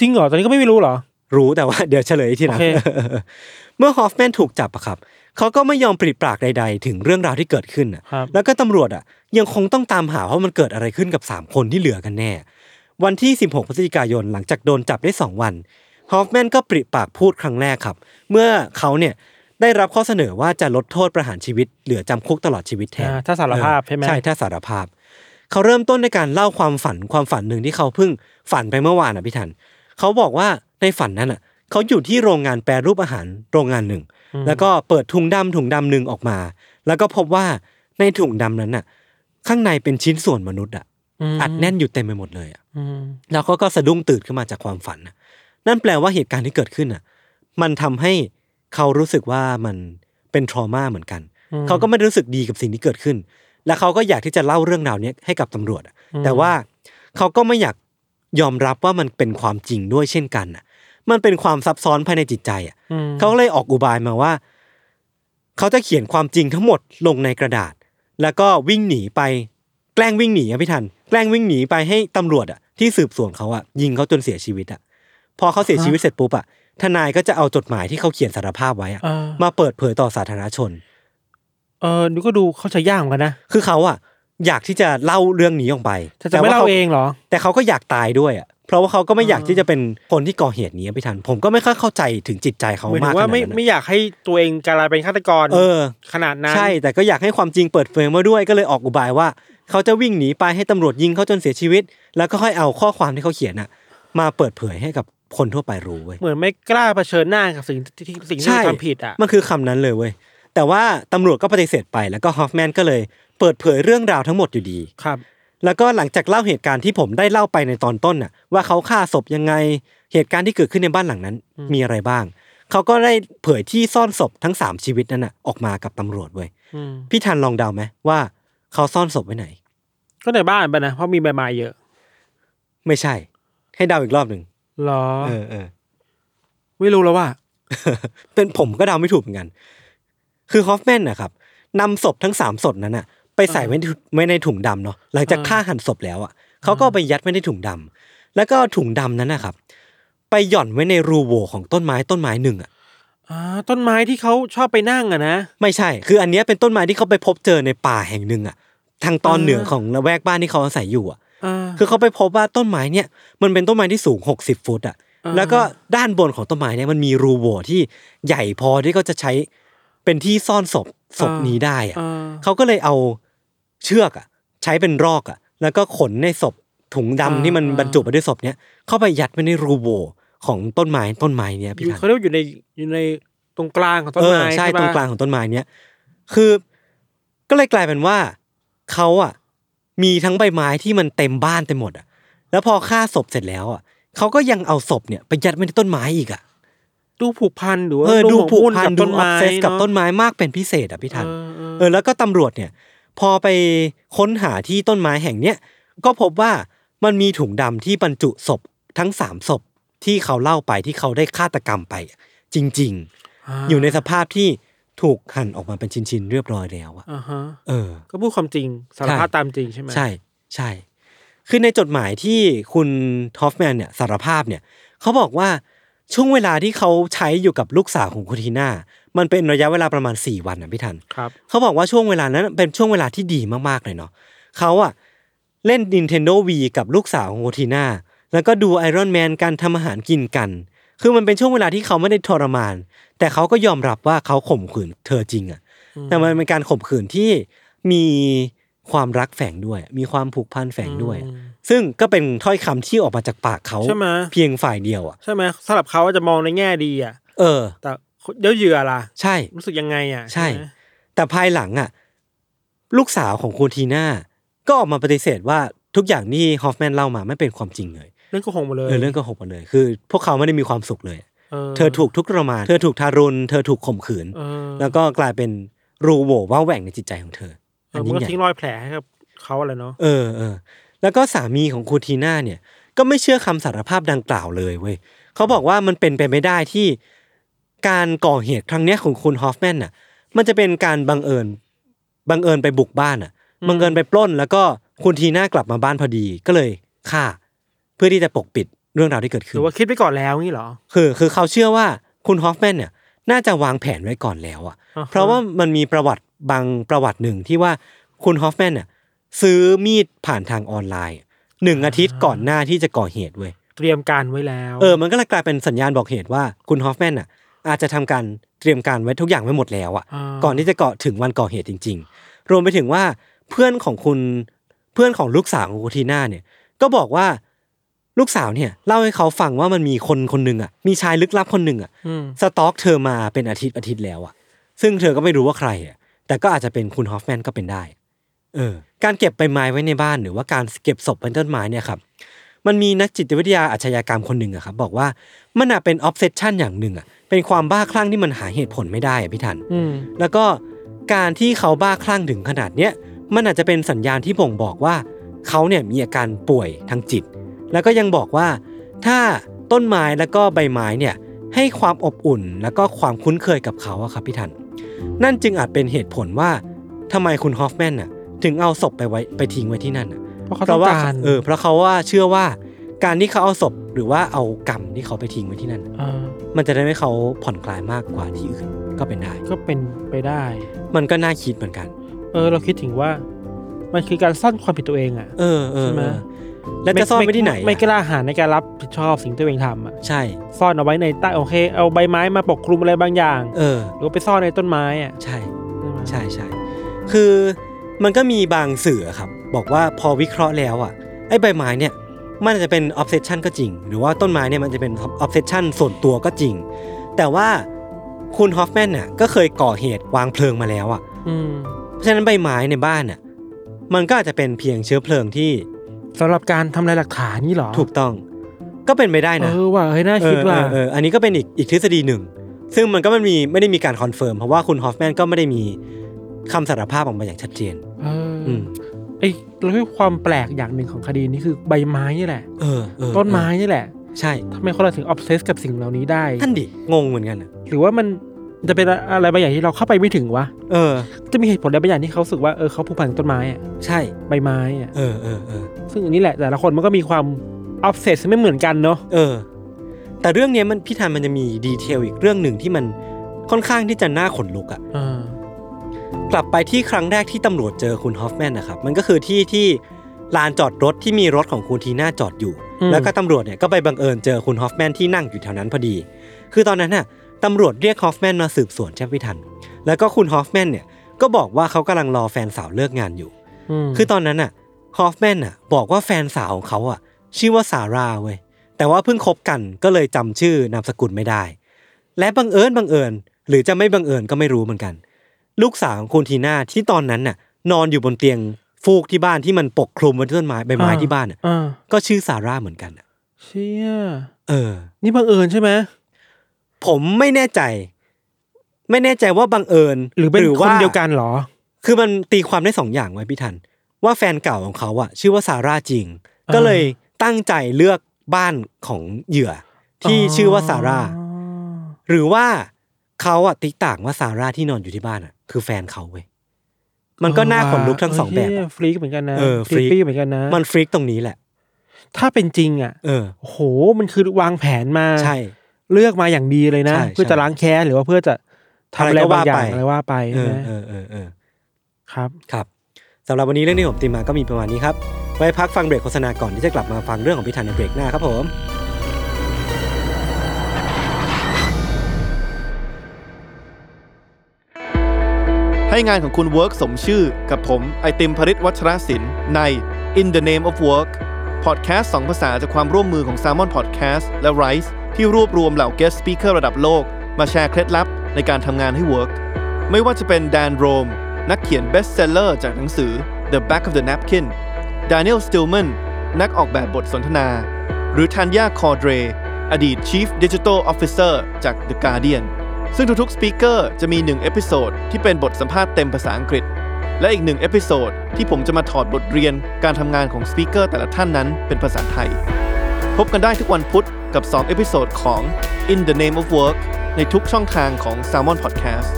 S3: จริงเหรอตอนนี้ก็ไม่รู้เหรอ
S2: รู้แต่ว่า เดี๋ยวเฉลยทีหลัง
S3: โอเค
S2: เมื่อฮอฟแมนถูกจับอะครับเขาก็ไม่ยอมปริปากใด ๆ ถึงเรื่องราวที่เกิดขึ้นอะ
S3: ครับ
S2: แล้วก็ตำรวจอ่ะยังคงต้องตามหาว่ามันเกิดอะไรขึ้นกับ 3 คนที่เหลือกันแน่ วันที่ 16 พฤศจิกายนหลังจากโดนจับได้ 2 วันฮอฟแมนก็ปริปากพูดครั้งแรกครับ เมื่อเขาเนี่ยได้รับข้อเสนอว่าจะลดโทษประหารชีวิต เหลือจำคุกตลอดชีวิตแทน
S3: อ่าถ้าสารภาพใช่ไหม
S2: ใช่ถ้าสารภาพ เขาเริ่มต้นในการเล่าความฝันความฝันหนึ่งที่เขาเพิ่งฝันไปเมื่อวานอ่ะพี่ทันเขาบอกว่าในฝันนั้นอ่ะเขาอยู่ที่โรงงานแปรรูปอาหารโรงงานหนึ่ง แล้วก็เปิดถุงดำถุงดำหนึ่งออกมา แล้วก็พบว่าในถุงดำนั้นน่ะ ข้างในเป็นชิ้นส่วนมนุษย์อ่ะ
S3: ม
S2: อัดแน่นอยู่เต็มไปหมดเลยอ่ะ
S3: อืม
S2: แล้วเขาก็สะดุ้งตื่นขึ้นมาจากความฝันน่ะนั่นแปลว่าเหตุการณ์ที่เกิดขึ้นน่ะ มันทำให้เขารู้สึกว่ามันเป็นทรมาเหมือนกัน
S3: อืม
S2: เขาก็ไม่ได้รู้สึกดีกับสิ่งที่เกิดขึ้น และเขาก็อยากที่จะเล่าเรื่องราวเนี้ยให้กับตำรวจอะ
S3: อืม
S2: แต่ว่าเขาก็ไม่อยากยอมรับว่ามันเป็นความจริงด้วยเช่นกันน่ะ มันเป็นความซับซ้อนภายในจิตใจอ่ะ
S3: อืม
S2: เขาก็เลยออกอุบายมาว่า เขาจะเขียนความจริงทั้งหมดลงในกระดาษ แล้วก็วิ่งหนีไปแกล้งวิ่งหนีอะพี่ทัน แกล้งวิ่งหนีไปให้ตำรวจอะที่สืบสวนเขาอะยิงเขาจนเสียชีวิตอะพอเขาเสียชีวิตเสร็จปุ๊บอะทนายก็จะเอาจดหมายที่เขาเขียนสารภาพไว้อะ
S3: เออ
S2: มาเปิดเผยต่อสาธารณชน
S3: เออดูก็ดูเขาใช้ย่างเหมือนกันนะ
S2: คือเขาอะอยากที่จะเล่าเรื่องนี้ออกไป
S3: แต่จะไม่
S2: ว่
S3: เล่า
S2: ข
S3: เองเหรอ
S2: แต่เขาก็อยากตายด้วยอ่ะ เพราะว่าเขาก็ไม่อยาก
S3: อ่า
S2: ที่จะเป็นคนที่ก่อเหตุนี้อะพี่ทัน ผมก็ไม่ค่อยเข้าใจถึงจิตใจเขา
S3: หมายถึ
S2: มาก
S3: ง
S2: ขนา
S3: ว่า
S2: ด
S3: ไม่
S2: นั้น
S3: ไม่
S2: อะ
S3: อยากให้ตัวเองกลายเป็นฆาตกร
S2: เออ
S3: ขนาดนั้น
S2: ใช่ แต่ก็อยากให้ความจริงเปิดเผยมาด้วย ก็เลยออกอุบายว่า เขาจะวิ่งหนีไปให้ตำรวจยิงเขาจนเสียชีวิต แล้วก็ค่อยเอาข้อความที่เขาเขียนอ่ะ มาเปิดเผยให้กับคนทั่วไปรู้เว้ย
S3: เหมือนไม่กล้าเผชิญหน้ากับสิ่งที่ที่สิ่ง
S2: ใช่
S3: ที่ทำผิดอ่ะ
S2: มันคือคำนั้นเลยเว้ย แต่ว่าตำรวจก็ปฏิเสธไป แล้วก็ฮอฟแมนก็เลยเปิดเผยเรื่องราวทั้งหมดอยู่ดี
S3: ครับ
S2: แล้วก็หลังจากเล่าเหตุการณ์ที่ผมได้เล่าไปในตอนต้นน่ะ ว่าเขาฆ่าศพยังไงเหตุการณ์ที่เกิดขึ้นในบ้านหลังนั้น มีอะไรบ้าง เขาก็ได้เผยที่ซ่อนศพทั้งสามชีวิตนั้นน่ะออกมากับตำรวจเว้ย
S3: อืม
S2: พี่ทันลองเดาไหมว่าเขาซ่อนศพไว้ไหน
S3: ก็ในบ้านไปนะเพราะมีใบไม้เยอะ
S2: ไม่ใช่ ให้เดาอีกรอบหนึ่ง
S3: เหรอ
S2: เออเออ
S3: ไม่รู้แล้วว่า
S2: เป็นผมก็เดาไม่ถูกเหมือนกัน คือฮอฟแมนนะครับนำศพทั้งสามศพนั้นน่ะ ไปใส่ไว้ในไว้ในถุงดำเนาะหลังจาก
S3: อ่า
S2: ฆ่าหันศพแล้วอ่ะเขาก็เอาไปยัดไว้ในถุงดำแล้วก็เอาถุงดำนั้นนะครับ ไปหย่อนไว้ในรูโหว่ของต้นไม้ต้นไม้หนึ่งอ่ะ
S3: อ่าต้นไม้ที่เขาชอบไปนั่งอ่ะนะ
S2: ไม่ใช่ คืออันเนี้ยเป็นต้นไม้ที่เขาไปพบเจอในป่าแห่งหนึ่งอ่ะ ทางตอน
S3: อ่า
S2: เหนือของละแวกบ้านที่เขาอาศัยอยู่อ่ะ
S3: อ่า
S2: คือเขาไปพบว่าต้นไม้เนี่ยมันเป็นต้นไม้ที่สูง 60 ฟุตอ่ะ
S3: อ่า
S2: แล้วก็ด้านบนของต้นไม้เนี่ยมันมีรูโหว่ที่ใหญ่พอที่เขาจะใช้เป็นที่ซ่อนศพศพนี้ได้อ่ะ
S3: อ่า
S2: เขาก็เลยเอาเชือกอ่ะ ใช้เป็นรอกอ่ะ แล้วก็ขนในศพถุงดำ
S3: อ่า
S2: ที่มัน
S3: อ่า
S2: บรรจุไปด้วยศพเนี้ยเข้าไปยัดไว้ในรูโหว่ของต้นไม้ต้นไม้เนี้ย
S3: อ
S2: พี่
S3: ยู่
S2: ทัน
S3: เขาเรียกว่าอยู่ในอยู่ในตรงกลางของต้น
S2: เออ
S3: ไม้
S2: ใช่
S3: ปะ
S2: ตรงกลางของต้นไม้เนี้ยคือก็เลยกลายเป็นว่าเขาอ่ะ มีทั้งใบไม้ที่มันเต็มบ้านเต็มหมดอ่ะ แล้วพอฆ่าศพเสร็จแล้วอ่ะเขาก็ยังเอาศพเนี่ยไปยัดไว้ในต้นไม้อีกอ่ะ
S3: ดูผูกพันหรือว่า
S2: เออดู
S3: หมก
S2: ผูก
S3: มุ่น
S2: พัน
S3: บ
S2: ดู
S3: ต้น
S2: ออ
S3: ไม้
S2: ฟเซสกับ
S3: เอะ
S2: ต้นไม้มากเป็นพิเศษอ่ะพี่ทัน
S3: เออเออ
S2: เออแล้วก็ตำรวจเนี่ย พอไปค้นหาที่ต้นไม้แห่งเนี้ยก็พบว่ามันมีถุงดำที่บรรจุศพทั้งสามศพที่เขาเล่าไปที่เขาได้ฆาตกรรมไปอะจริง
S3: า
S2: ๆ อยู่ในสภาพที่ถูกหั่นออกมาเป็นชิ้นๆเรียบร้อยแล้วอะ
S3: อ่าฮะ
S2: เออ
S3: ก็พูดความจริงสาร
S2: ใช่
S3: ภาพตามจริงใช่ไหม
S2: ใช่ใช่ คือในจดหมายที่คุณทอฟแมนเนี่ยสารภาพเนี่ยเขาบอกว่าช่วงเวลาที่เขาใช้อยู่กับลูกสาวของคุณทีน่ามันเป็นระยะเวลาประมาณ 4 วันนะพี่ทัน
S3: ครับ
S2: เขาบอกว่าช่วงเวลานั้นเป็นช่วงเวลาที่ดีมาก ๆ เลยเนาะเขาอะเล่น Nintendo V กับลูกสาวของโอทีน่าแล้วก็ดู Iron Man การทำอาหารกินกัน คือมันเป็นช่วงเวลาที่เขาไม่ได้ทรมาน แต่เขาก็ยอมรับว่าเขาข่มขืนเธอจริงอะแต่มันเป็นการข่มขืนที่มีความรักแฝงด้วย มีความผูกพันแฝงด้วยอะ
S3: อืม
S2: ซึ่งก็เป็นถ้อยคำที่ออกมาจากปากเขา
S3: ใช่ไหม
S2: เพียงฝ่ายเดียวอะ
S3: ใช่ไหมสำหรับเขาอาจจะมองในแง่ดีอ่ะ
S2: เออ
S3: แต่เดี๋ยวเหยื่อล่ะ
S2: ใช่
S3: รู้สึกยังไงอ่ะ
S2: ใช่
S3: ไหม
S2: แต่ภายหลังอ่ะ ลูกสาวของคุณทีน่าก็ออกมาปฏิเสธว่าทุกอย่างที่ฮอฟแมนเล่ามาไม่เป็นความจริงเลย
S3: เรื่องโกหกหมดเลย
S2: เออเรื่องโก็หกหมดเลย คือ พวกเขาไม่ได้มีความสุขเลย เธอถูกทุกข์ทรมานเธอถูกทารุณเธอถูกข่มขืน
S3: เออ
S2: แล้วก็กลายเป็นรูโหว่ว่าวแหว่งในจิตใจของเธอ
S3: เอ
S2: อั
S3: อน มัน
S2: ยิ่ง
S3: ก็
S2: ใหญ่
S3: ทิ้งรอยแผลให้กับเขาอะไรเนาะ
S2: เออเออแล้วก็สามีของครูทีน่าเนี่ย ก็ไม่เชื่อคำสารภาพดังกล่าวเลยเว้ยเขาบอกว่ามันเป็นไปไม่ได้ที่การก่อเหตุครั้งเนี้ยของคุณฮอฟแมนน่ะ มันจะเป็นการบังเอิญบังเอิญไปบุกบ้านน่ะบังเอิญไปปล้น แล้วก็คุณทีน่ากลับมาบ้านพอดีก็เลยฆ่า เพื่อที่จะปกปิดเรื่องราวที่เกิด
S3: ห
S2: ขึ้
S3: รื
S2: น
S3: อว่าคิดไปก่อนแล้วงี้เหรอ
S2: คือคือเขาเชื่อว่าคุณฮอฟแมนเนี่ยน่าจะวางแผนไว้ก่อนแล้วอะ
S3: อ่าฮะ
S2: เพราะว่ามันมีประวัติบางประวัติหนึ่งที่ว่าคุณฮอฟแมนเนี่ยซื้อมีดผ่านทางออนไลน์หนึ่งอาทิตย์ก่อนหน้าที่จะก่อเหตุเว้ย
S3: เตรียมการไว้แล้ว
S2: เออมันก็เลยกลายเป็นสัญญาณบอกเหตุว่าคุณฮอฟแมนน่ะอาจจะทำการเตรียมการไว้ทุกอย่างไว้หมดแล้วอะ
S3: อ่า
S2: ก่อนที่จะเกาะถึงวันก่อเหตุจริง ๆ รวมไปถึงว่าเพื่อนของคุณเพื่อนของลูกสาวของคุณทีน่าเนี่ย ก็บอกว่าลูกสาวเนี่ยเล่าให้เขาฟังว่ามันมีคนคนหนึ่งอ่ะมีชายลึกลับคนหนึ่งอ่ะ
S3: ม
S2: สต็อกเธอมาเป็นอาทิตย์อาทิตย์แล้วอ่ะ ซึ่งเธอก็ไม่รู้ว่าใครอ่ะแต่ก็อาจจะเป็นคุณฮอฟแมนก็เป็นได้ เออ การเก็บใบไม้ไว้ในบ้านหรือว่าการเก็บศพเป็นต้นไม้เนี่ยครับ มันมีนักจิตวิทยาอาชญากรรมคนหนึ่งอะครับบอกว่ามันอะเป็นออฟเซชันอย่างหนึ่งอะเป็นความบ้าคลั่งที่มันหาเหตุผลไม่ได้อะพี่ทัน
S3: อืม
S2: แล้วก็การที่เขาบ้าคลั่งถึงขนาดเนี้ยมันอาจจะเป็นสัญญาณที่บ่งบอกว่า เขาเนี่ยมีอาการป่วยทางจิต แล้วก็ยังบอกว่า ถ้าต้นไม้แล้วก็ใบไม้เนี่ยให้ความอบอุ่น แล้วก็ความคุ้นเคยกับเขาอะครับพี่ทัน นั่นจึงอาจเป็นเหตุผลว่าทำไมคุณฮอฟแมนน่ะถึงเอาศพไปไว้ไปทิ้งไว้ที่นั่นน่ะ
S3: เพราะเขา
S2: เพ
S3: ต้อ
S2: ราะ
S3: ง
S2: ว่า
S3: การ
S2: เออเพราะเขาว่าเชื่อว่าการที่เขาเอาศพหรือว่าเอากรรมที่เขาไปทิ้งไว้ที่นั่นน่ะ
S3: เออ
S2: มันจะได้ให้เขาผ่อนคลายมากกว่าที่อื่นก็เป็นได้
S3: ก็เป็นไปได้
S2: มันก็น่าคิดเหมือนกัน
S3: เออ เราคิดถึงว่า มันคือการซ่อนความผิดตัวเองอ่ะ
S2: เออเออ
S3: ใช่ไหม
S2: เออแล้วจะซ่อนไว้ที่ไหนอะ
S3: ไม่กล้าหาญในการรับผิดชอบสิ่งที่ตัวเองทำอ่ะ
S2: ใช่
S3: ซ่อนเอาไว้ในใต้โอเค เอาใบไม้มาปกคลุมอะไรบางอย่าง
S2: เออ
S3: หรือว่าไปซ่อนในต้นไม้อ่ะ
S2: ใช่
S3: ใช่ไหม
S2: ใช่ใช่ คือมันก็มีบางสื่อครับ บอกว่าพอวิเคราะห์แล้วอ่ะไอ้ใบไม้เนี่ยมันอาจจะเป็นออฟเซชันก็จริง หรือว่าต้นไม้เนี่ยมันจะเป็นออฟเซชันส่วนตัวก็จริง แต่ว่าคุณฮอฟแมนน่ะก็เคยก่อเหตุวางเพลิงมาแล้วอ่ะ
S3: อืม
S2: เพราะฉะนั้นใบไม้ในบ้านน่ะมันก็อาจจะเป็นเพียงเชื้อเพลิงที่
S3: สำหรับการทำลายหลักฐานนี่เหรอ
S2: ถูกต้อง ก็เป็นไปได้นะ
S3: เออว่ะเฮ้ยน่าคิดว่า
S2: เออเออเอออันนี้ก็เป็นอีกอีกทฤษฎีหนึ่ง ซึ่งมันก็ไมันมีไม่ได้มีการคอนเฟิร์มเพราะว่าคุณฮอฟแมนก็ไม่ได้มีคำสารภาพออกมาอย่างชัดเจน
S3: เอออ
S2: อืม
S3: ไอ้เราเรียกว่าความแปลกอย่างหนึ่งของคดีนี้คือใบไม้นี่แหละ
S2: เออเออ
S3: ต้นไม้
S2: เอ
S3: นี่แหละ
S2: อใช่
S3: ทำไมคนเราถึงออ s เซสกับสิ่งเหล่านี้ได้
S2: ท่านดิงงเหมือนกันอะ
S3: หรือว่ามันจะเป็นอะไรบางอย่างที่เราเข้าไปไม่ถึงวะ
S2: เออ
S3: จะมีเหตุผลอะไรบางอย่างที่เขารู้สึกว่าเออเขาผูกพันกับต้นไม้อะ
S2: ใช่
S3: ใบไม้อะ
S2: เออเออเออ
S3: ซึ่งอันนี้แหละแต่ละคนมันก็มีความออฟเซสไม่เหมือนกันเนาะ
S2: เออ แต่เรื่องเนี้ยมันพี่ธันมันจะมีดีเทลอีกเรื่องหนึ่งที่มันค่อนข้างที่จะน่าขนลุกอะ
S3: อ่าก
S2: ลับไปที่ครั้งแรกที่ตำรวจเจอคุณฮอฟแมนนะครับ มันก็คือที่ที่ลานจอดรถที่มีรถของคุณทีน่าจอดอยู่ แล้วก็ตำรวจเนี่ยก็ไปบังเอิญเจอคุณฮอฟแมนที่นั่งอยู่แถวนั้นพอดี คือตอนนั้นน่ะตำรวจเรียกฮอฟแมนมาสืบสวนใช่ไหมพี่ทัน แล้วก็คุณฮอฟแมนเนี่ยก็บอกว่าเขากำลังรอแฟนสาวเลิกงานอยู่
S3: ม
S2: คือตอนนั้นน่ะฮอฟแมนน่ะบอกว่าแฟนสาวของเขาอ่ะชื่อว่าซาร่าเว้ยแต่ว่าเพิ่งคบกันก็เลยจำชื่อนามสกุลไม่ได้ และบังเอิญบังเอิญ หรือจะไม่บังเอิญก็ไม่รู้เหมือนกัน ลูกสาวของคุณทีน่าที่ตอนนั้นน่ะ นอนอยู่บนเตียงฟูกที่บ้านที่มันปกคลุมไว้ด้วยต้นไม้ใบไม้ที่บ้านน่ะ
S3: อ่า
S2: ก็ชื่อซาร่าเหมือนกันน่ะ
S3: เชี่ย
S2: เออ
S3: นี่บังเอิญใช่ไหม
S2: ผมไม่แน่ใจ ไม่แน่ใจว่าบังเอิญ
S3: หรือเป็นค
S2: า
S3: นเดียวกันเหรอ
S2: คือมันตีความได้สองอย่างไว้พี่ทัน ว่าแฟนเก่าของเขาอะชื่อว่าซาร่าจริง
S3: อ่า
S2: ก็เลยตั้งใจเลือกบ้านของเหยื่อ ที่ชื่อว่าซาร่า
S3: อ๋อ
S2: หรือว่าเขาอะติ๊กต่างว่าซาร่าที่นอนอยู่ที่บ้านอะคือแฟนเขาเว้ยมันก็น่าขนลุกทั้งสองแบบ
S3: เเชี่
S2: อะ
S3: ยฟรีกเหมือนกันนะ
S2: เออฟรีก
S3: รีกเหมือนกันนะ
S2: มันฟรีกตรงนี้แหละ
S3: ถ้าเป็นจริงอ่ะ
S2: เออ
S3: โอ้โหมันคือวางแผนมา
S2: ใช่
S3: เลือกมาอย่างดีเลยนะ
S2: ใช่
S3: เพื่อจะ
S2: ใช่
S3: ล้างแค้นหรือว่าเพื่อจะทำอะ
S2: อะ
S3: ไร
S2: ไรก็
S3: บาง
S2: ว่า
S3: อย่าง
S2: ไป
S3: อะไรว่าไป
S2: เออ
S3: นะ
S2: เออเออเออ
S3: ครับ
S2: ครับสำหรับวันนี้เรื่องที่ผมตีมาก็มีประมาณนี้ครับ ไว้พักฟังเบรกโฆษณาก่อนที่จะกลับมาฟังเรื่องของพี่ทันในเบรกหน้าครับผม
S4: ให้งานของคุณ Work สมชื่อกับผม ไอติมภริศวัชรศิลป์ใน In the Name of Work Podcast สองภาษาจากความร่วมมือของ s ซ l m o n Podcast และ Rise ที่รวบรวมเหล่า Guest Speaker ระดับโลก มาแชร์เคล็ดลับในการทำงานให้ Work ไม่ว่าจะเป็นแดนโรม นักเขียน Bestseller จากหนังสือ The Back of the Napkin Daniel Stillman นักออกแบบบทสนทนา หรือทันยาคอเดร อดีต Chief Digital Officer จาก The Guardian ซึ่งทุกๆสปีกเกอร์จะมี 1 เอพิโซดที่เป็นบทสัมภาษณ์เต็มภาษาอังกฤษ และอีกหนึ่งเอพิโซดที่ผมจะมาถอดบทเรียนการทำงานของสปีกเกอร์แต่ละท่านนั้นเป็นภาษาไทย พบกันได้ทุกวันพุธกับ 2 เอพิโซดของ In the Name of Work ในทุกช่องทางของ Salmon Podcast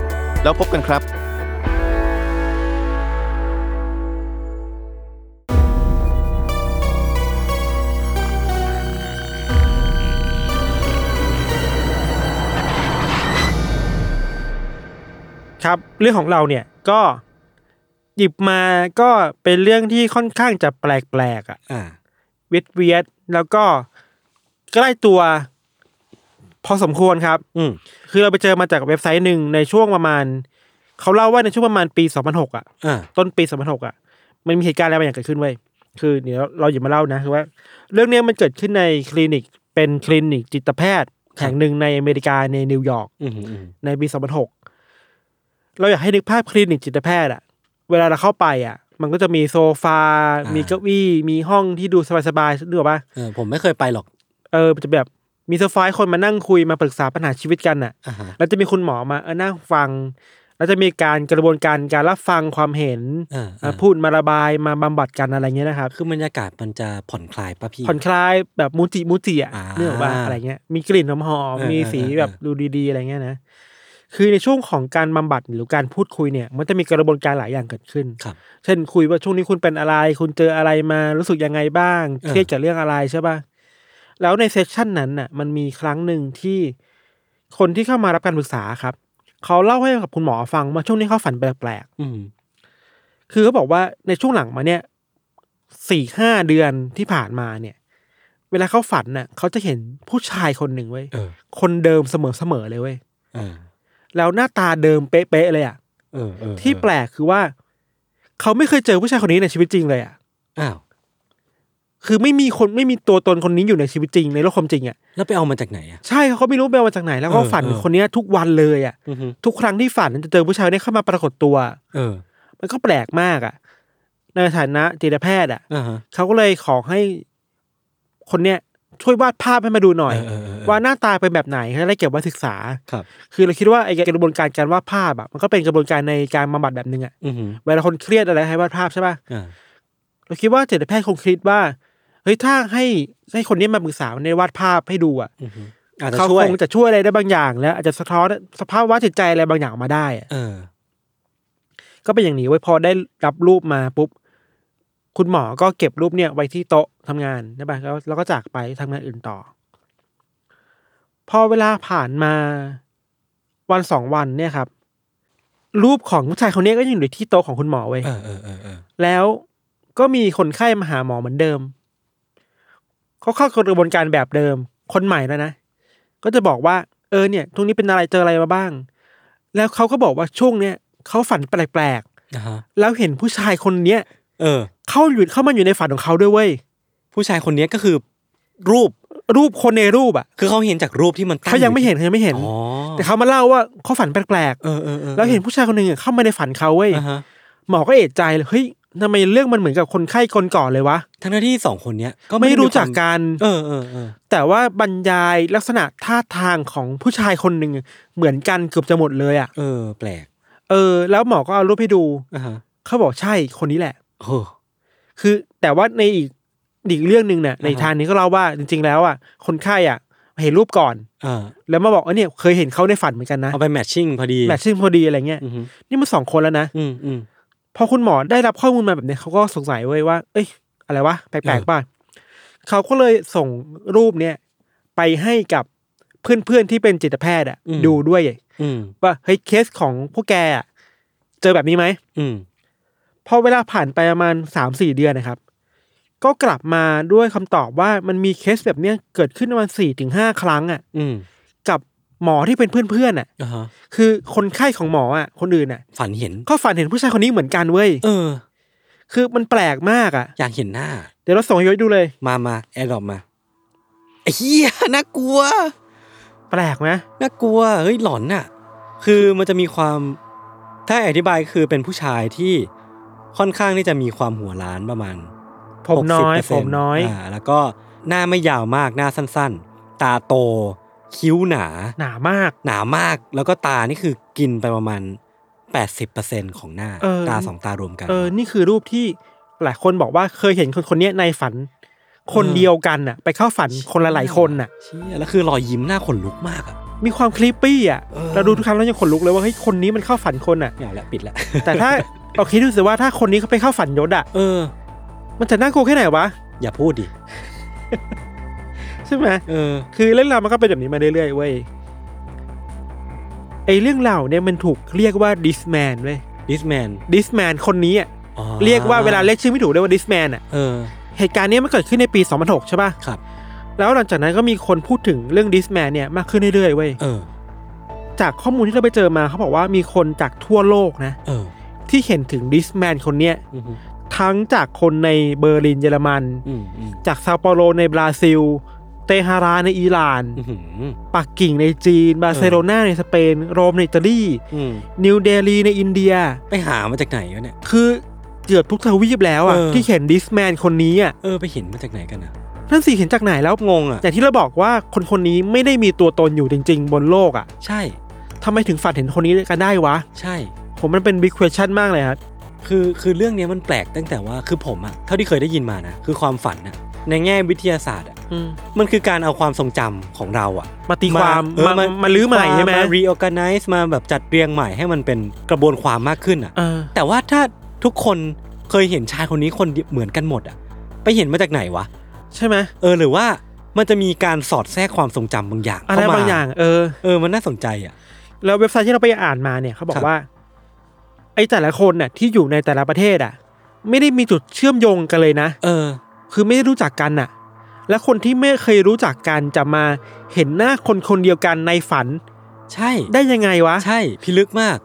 S4: แล้วพบกันครับ
S3: ครับ เรื่องของเราเนี่ยก็หยิบมาก็เป็นเรื่องที่ค่อนข้างจะแปลกๆอ่ะ
S2: อ่า
S3: เวียดเวียดแล้วก็ใกล้ตัว พอสมควรครับ
S2: อืม
S3: คือเราไปเจอมาจากเว็บไซต์หนึ่งในช่วงประมาณ เขาเล่าว่าในช่วงประมาณปี 2006 อ่ะ
S2: อ่า
S3: ต้นปี 2006 อ่ะ มันมีเหตุการณ์อะไรบางอย่างเกิดขึ้นเว้ยคือเดี๋ยวเราอย่ามาเล่านะคือว่า เรื่องเนี้ยมันเกิดขึ้นในคลินิกเป็นคลินิกจิตแพทย์แห่งหนึ่งในอเมริกาในนิวยอร์ก
S2: อืมอืม
S3: ในปี 2006 เราอยากให้นึกภาพคลินิกจิตแพทย์อะเวลาเราเข้าไปอะมันก็จะมีโซฟา มีเก้าอี้ มีห้องที่ดูสบายๆดูออกปะ
S2: เออผมไม่เคยไปหรอก
S3: เออมันจะแบบมีโซฟาให้คนมานั่งคุยมาปรึกษาปัญหาชีวิตกันอะ
S2: อ่าฮะ
S3: แล้วจะมีคุณหมอมาเออนั่งฟัง แล้วจะมีการกระบวนการการรับฟังความเห็น
S2: อ่า
S3: มา
S2: อ่า
S3: พูดมาระบายมาบำบัดกันอะไรเงี้ยนะครับ
S2: คือบรรยากาศมันจะผ่อนคลายป่ะพี่
S3: ผ่อนคลายแบบมูจิมูจิอ่ะ
S2: อ่า
S3: เนื้ออกว่าอะไรเงี้ย มีกลิ่นหอมหอม
S2: เออ
S3: มีสี
S2: เออเออ
S3: แบบดูดีๆอะไรเงี้ยนะ คือในช่วงของการบำบัดหรือการพูดคุยเนี่ย มันจะมีกระบวนการหลายอย่างเกิดขึ้น
S2: ครับ
S3: เช่นคุยว่าช่วงนี้คุณเป็นอะไร คุณเจออะไรมารู้สึกยังไงบ้าง
S2: เออ
S3: เครียดกับเรื่องอะไรใช่ป่ะ แล้วในเซสชันนั้นน่ะ มันมีครั้งหนึ่งที่คนที่เข้ามารับการปรึกษาครับ เขาเล่าให้กับคุณหมอฟังว่าช่วงนี้เขาฝันแปลก
S2: อืม
S3: ๆ คือเขาบอกว่าในช่วงหลังมาเนี่ยสี่ห้าเดือนที่ผ่านมาเนี่ย เวลาเขาฝันน่ะเขาจะเห็นผู้ชายคนหนึ่งเว้ย
S2: เออ
S3: คนเดิมเสมอๆเลยเว้ย
S2: เออ
S3: แล้วหน้าตาเดิมเป๊ะๆเลยอ่ะ
S2: เออเออ
S3: ที่แปลกคือว่า เขาไม่เคยเจอผู้ชายคนนี้ในชีวิตจริงเลยอ่ะ
S2: อ้าว
S3: คือไม่มีคนไม่มีตัวตนคนนี้อยู่ในชีวิตจริงในโลกความจริงอ่ะ
S2: แล้วไปเอามาจากไหนอ่ะ
S3: ใช่เขาไม่รู้ไปเอามาจากไหน แล้วก็
S2: เออ
S3: ฝัน
S2: เออ
S3: คนเนี้ยทุกวันเลยอ่ะ
S2: อือฮึ
S3: ทุกครั้งที่ฝันจะเจอผู้ชายคนนี้เข้ามาปรากฏตัว
S2: เออ
S3: มันก็แปลกมากอ่ะ ในฐานะจิตแพทย์อ่ะ
S2: อ่าฮะ
S3: เขาก็เลยขอให้คนเนี้ยช่วยวาดภาพให้มาดูหน่อย
S2: เออเออเออ
S3: ว่าหน้าตาเป็นแบบไหนให้ได้เก็บไว้ศึกษา
S2: ครับ
S3: คือเราคิดว่าไอ้กระบวนการการวาดภาพอ่ะมันก็เป็นกระบวนการในการบำบัดแบบนึงอ่ะ
S2: อือฮึ
S3: เวลาคนเครียดอะไรให้วาดภาพใช่ป่ะ
S2: อ่า
S3: เราคิดว่าจิตแพทย์คงคิดว่าเฮ้ยถ้าให้ให้คนนี้มาปรึกษาในวาดภาพให้ดูอ่ะ
S2: อือฮึอาจจะ
S3: เขา
S2: ช่วย
S3: คงจะช่วยอะไรได้บางอย่าง แล้วอาจจะสะท้อนสภาพว่าจิตใจอะไรบางอย่างออกมาได้อะ
S2: เออ
S3: ก็เป็นอย่างนี้ไว้ยพอได้รับรูปมาปุ๊บ คุณหมอก็เก็บรูปเนี่ยไว้ที่โต๊ะทำงานนะป่ะแล้วแล้วก็จากไปทำงานอื่นต่อ พอเวลาผ่านมาวันสองวันเนี่ยครับ รูปของผู้ชายคนนี้ก็ยังอยู่ที่โต๊ะของคุณหมอเว้ย
S2: เออเออเออเออ
S3: แล้วก็มีคนไข้มาหาหมอเหมือนเดิม เขาเข้ากระบวนการแบบเดิม คนใหม่แล้วนะ ก็จะบอกว่าเออเนี่ยช่วงนี้เป็นอะไรเจออะไรมาบ้าง แล้วเขาก็บอกว่าช่วงเนี้ยเขาฝันแปลก
S2: อ่าฮะ
S3: ๆ แล้วเห็นผู้ชายคนเนี้ย
S2: เออ
S3: เข้าอยู่เข้ามาอยู่ในฝันของเขาด้วยเว้ย
S2: ผู้ชายคนเนี้ยก็คือรูป
S3: รูปคนในรูปอ่ะ
S2: คือเขาเห็นจากรูปที่มันตั้
S3: เขายังไม่เห็นเขายังไม่เห็น
S2: อ๋อ
S3: แต่เขามาเล่าว่าเขาฝันแปลก
S2: เออเออเออ
S3: ๆ แล้วเห็นผู้ชายคนหนึ่งอะเข้ามาในฝันเขาเว้ย
S2: อ่าฮะ
S3: หมอก็เอะใจเลยเฮ้ยทำไมเรื่องมันเหมือนกับคนไข้คนก่อนเลยวะ
S2: ทั้งๆที่สองคนเนี้ยก็
S3: ไม่
S2: ด้
S3: รู้จัก
S2: มีควา
S3: กัน
S2: มเออเออเออ
S3: แต่ว่าบรรยายลักษณะท่าทางของผู้ชายคนหนึ่งเหมือนกันเกือบจะหมดเลยอ่ะ
S2: เออ แปลก
S3: เออ แล้วหมอก็เอารูปให้ดู
S2: อ่าฮะ
S3: เขาบอกใช่คนนี้แหละ
S2: โอ้
S3: คือ แต่ว่าในอีกอีกเรื่องหนึ่งเนี่ยในทางนี้ก็เล่าว่าจริง ๆ แล้วอ่ะคนไข้อ่ะเห็นรูปก่อน
S2: เออ
S3: แล้วมาบอกว่าเนี่ยเคยเห็นเขาในฝันเหมือนกันนะ
S2: เอาไปแมทชิ่งพอดี
S3: แมทชิ่งพอดีอะไรเงี้ย
S2: อือฮึ
S3: นี่มันสองคนแล้วนะ
S2: อืมอืม
S3: พอคุณหมอได้รับข้อมูลมาแบบเนี้ยเขาก็สงสัยเว้ยว่า เอ้ย อะไรวะแปลกๆป่ะเขาก็เลยส่งรูปเนี่ยไปให้กับเพื่อนๆที่เป็นจิตแพทย์อ่ะ
S2: อืม
S3: ดูด้วย
S2: อืม
S3: ว่าเฮ้ยเคสของพวกแกอะเจอแบบนี้ไหม
S2: อืม
S3: พอเวลาผ่านไปประมาณสามสี่เดือนนะครับ ก็กลับมาด้วยคำตอบว่ามันมีเคสแบบเนี้ยเกิดขึ้นประมาณสี่ถึงห้าครั้งอ่ะ
S2: อืม
S3: กับหมอที่เป็นเพื่อนๆอ่ะ
S2: อ่าฮะ
S3: คือคนไข้ของหมออ่ะคนอื่นอ่ะ
S2: ฝันเห็น
S3: ก็ฝันเห็นผู้ชายคนนี้เหมือนกันเว้ย
S2: เออ
S3: คือมันแปลกมากอ่ะ
S2: อยากเห็นหน้า
S3: เดี๋ยวเราส่งให้ย้อยดูเลย
S2: มามาแอดดอปมาไอ้เฮียน่ากลัว
S3: แปลกไหม
S2: น่ากลัว เฮ้ยหลอนน่ะ คือมันจะมีความ ถ้าอธิบายคือเป็นผู้ชายที่ค่อนข้างที่จะมีความหัวล้านประมาณ
S3: ผมน้อย
S2: 60%
S3: ผมน้อย
S2: อ่าแล้วก็ หน้าไม่ยาวมากหน้าสั้นๆ ตาโต คิ้วหนา
S3: หนามาก
S2: หนามากแล้วก็ตานี่คือกินไปประมาณ 80%ของหน้า
S3: เออ
S2: ตาสองตารวมกัน
S3: เออ นี่คือรูปที่หลายคนบอกว่าเคยเห็นคนคนเนี้ยในฝัน คน
S2: เออ
S3: เดียวกันน่ะ ไปเข้าฝันคนละหลายคนน่ะ
S2: เชี่ยแล้วคือรอยยิ้มหน้าขนลุกมากอะ
S3: มีความคลิปปี้อ่ะ
S2: เออ
S3: เราดูทุกครั้งแล้วยังขนลุกเลยว่าเฮ้ยคนนี้มันเข้าฝันคนอ่ะ
S2: ไม่เอาละปิดละ
S3: แต่ถ้า *laughs* เราคิดดูสิว่าถ้าคนนี้เขาไปเข้าฝันยศอ่ะ
S2: เออ
S3: มันจะน่ากลัวแค่ไหนวะ
S2: อย่าพูดดิ
S3: ใช่ไหม
S2: เออ
S3: คือเรื่องราวมันก็เป็นแบบนี้มาเรื่อยๆเว้ยไอเรื่องราวเนี่ยมันถูกเรียกว่าดิสแมนเว้ย
S2: this man
S3: ดิสแมนคนนี้อ่ะ
S2: อ๋อ
S3: เรียกว่าเวลาเรียกชื่อไม่ถูกเรียกว่าดิสแมนอ่ะ
S2: เออ
S3: เหตุการณ์เนี้ยมันเกิดขึ้นในปี 2006 ใช่ป่ะ
S2: ครับ
S3: แล้วหลังจากนั้นก็มีคนพูดถึงเรื่องดิสแมนเนี่ยมากขึ้นเรื่อยๆเว้ย
S2: เออ
S3: จากข้อมูลที่เราไปเจอมาเขาบอกว่ามีคนจากทั่วโลกนะ
S2: เออ
S3: ที่เห็นถึงดิสแมนคนเนี้ย
S2: อืม
S3: ทั้งจากคนในเบอร์ลินเยอรมัน
S2: อืมอืม
S3: จากซาโปโรในบราซิล เตหารานในอิหร่าน
S2: อืม
S3: ปักกิ่งในจีน บาร์เซโลนาในสเปน โรมในอิตาลี
S2: อืม
S3: นิวเดลีในอินเดีย
S2: ไปหามาจากไหนวะเนี่ย
S3: คือเกือบทุกทวีปแล้วอะ
S2: เออ
S3: ที่เห็นดิสแมนคนนี้อะ
S2: เออไปเห็นมาจากไหนกันนะ
S3: นั่นสิเห็นจากไหนแล้ว
S2: งงอ่ะ
S3: อย่างที่เราบอกว่าคนคนนี้ไม่ได้มีตัวตนอยู่จริง ๆ บนโลกอะ่ะ
S2: ใช่
S3: ทำไมถึงฝันเห็นคนนี้กันได้วะ
S2: ใช่
S3: ผมมันเป็นบิ๊ก u e s ชั่นมากเลยครับ
S2: คือคือเรื่องเนี้ยมันแปลกตั้งแต่ว่าคือผมอะเท่าที่เคยได้ยินมานะคือความฝันอะในแง่วิทยาศาสตร์อะมันคือการเอาความทรงจำของเราอะ
S3: มาตีความ
S2: เออ
S3: มามาลื้อใหม่ใช่ไหม
S2: มา reorganize มาแบบจัดเรียงใหม่ให้มันเป็นกระบวนความมากขึ้นอะ
S3: เออ
S2: แต่ว่าถ้าทุกคนเคยเห็นชายคนนี้คนเดียวเหมือนกันหมดอะไปเห็นมาจากไหนวะ
S3: ใช่ไหม
S2: เออหรือว่ามันจะมีการสอดแทรกความทรงจำบางอย่าง
S3: อะไร
S2: เข้ม
S3: บางอย่าง เออ
S2: เออมันน่าสนใจอะ
S3: แล้วเว็บไซต์ที่เราไปอ่านมาเนี่ยเขาบอ
S2: ครั
S3: ก
S2: บ
S3: ว่า ไอ้แต่ละคนน่ะที่อยู่ในแต่ละประเทศอ่ะ ไม่ได้มีจุดเชื่อมโยงกันเลยนะ
S2: เออ
S3: คือไม่ได้รู้จักกันน่ะ และคนที่ไม่เคยรู้จักกันจะมาเห็นหน้าคนคนเดียวกันในฝัน
S2: ใช่
S3: ได้ยังไงวะ
S2: ใช่พิลึกมาก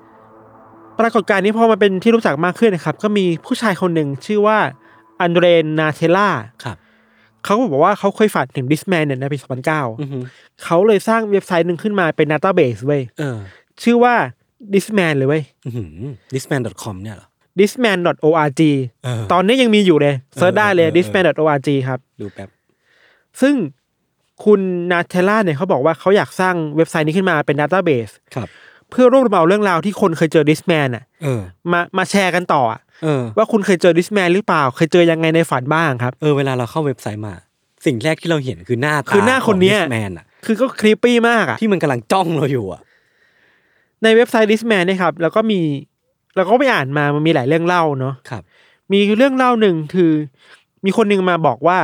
S3: ปรากฏการณ์นี้พอมาเป็นที่รู้จักมากขึ้นนะครับ ก็มีผู้ชายคนหนึ่งชื่อว่าอันเดรนนาเทล่า
S2: ครับ
S3: เขาก็บอกว่าเขาเคยฝันถึงดิสแมนเนี่ยในปี
S2: อือหือ
S3: 2009 เขาเลยสร้างเว็บไซต์หนึ่งขึ้นมาเป็น d a ต a าเบสเว้ย
S2: เออ
S3: ชื่อว่า disman เลยเว้ย
S2: อือหือ thisman.com เนี่ยเหรอ
S3: disman.org
S2: เออ
S3: ตอนนี้ยังมีอยู่เลยเซิร์ชได้เลย
S2: เออเออ
S3: disman.org ครับ
S2: ดูแป๊บ
S3: ซึ่งคุณนาเทล่าเนี่ยเขาบอกว่าเขาอยากสร้างเว็บไซต์นี้ขึ้นมาเป็น d a ต a าเบส
S2: ครับ
S3: เพื่อรวบรวมเอาเรื่องราวที่คนเคยเจอดิสแมนอ่ะ
S2: เออ
S3: มามาแชร์กันต่ออะ
S2: เออ
S3: ว่าคุณเคยเจอดิสแมนหรือเปล่า เคยเจอยังไงในฝันบ้างครับ
S2: เออ เวลาเราเข้าเว็บไซต์มา สิ่งแรกที่เราเห็นคือหน้าตา
S3: คือหน้าคนเนี้ย
S2: แมนอะ
S3: คือก็ครีปปี้มากอะ
S2: ที่มันกำลังจ้องเราอยู่อะ
S3: ในเว็บไซต์ดิสแมนเนี่ยครับ แล้วก็มีเราก็ไปอ่านมามันมีหลายเรื่องเล่าเนาะ
S2: ครับ
S3: มีเรื่องเล่าหนึ่งคือ มีคนหนึ่งมาบอกว่า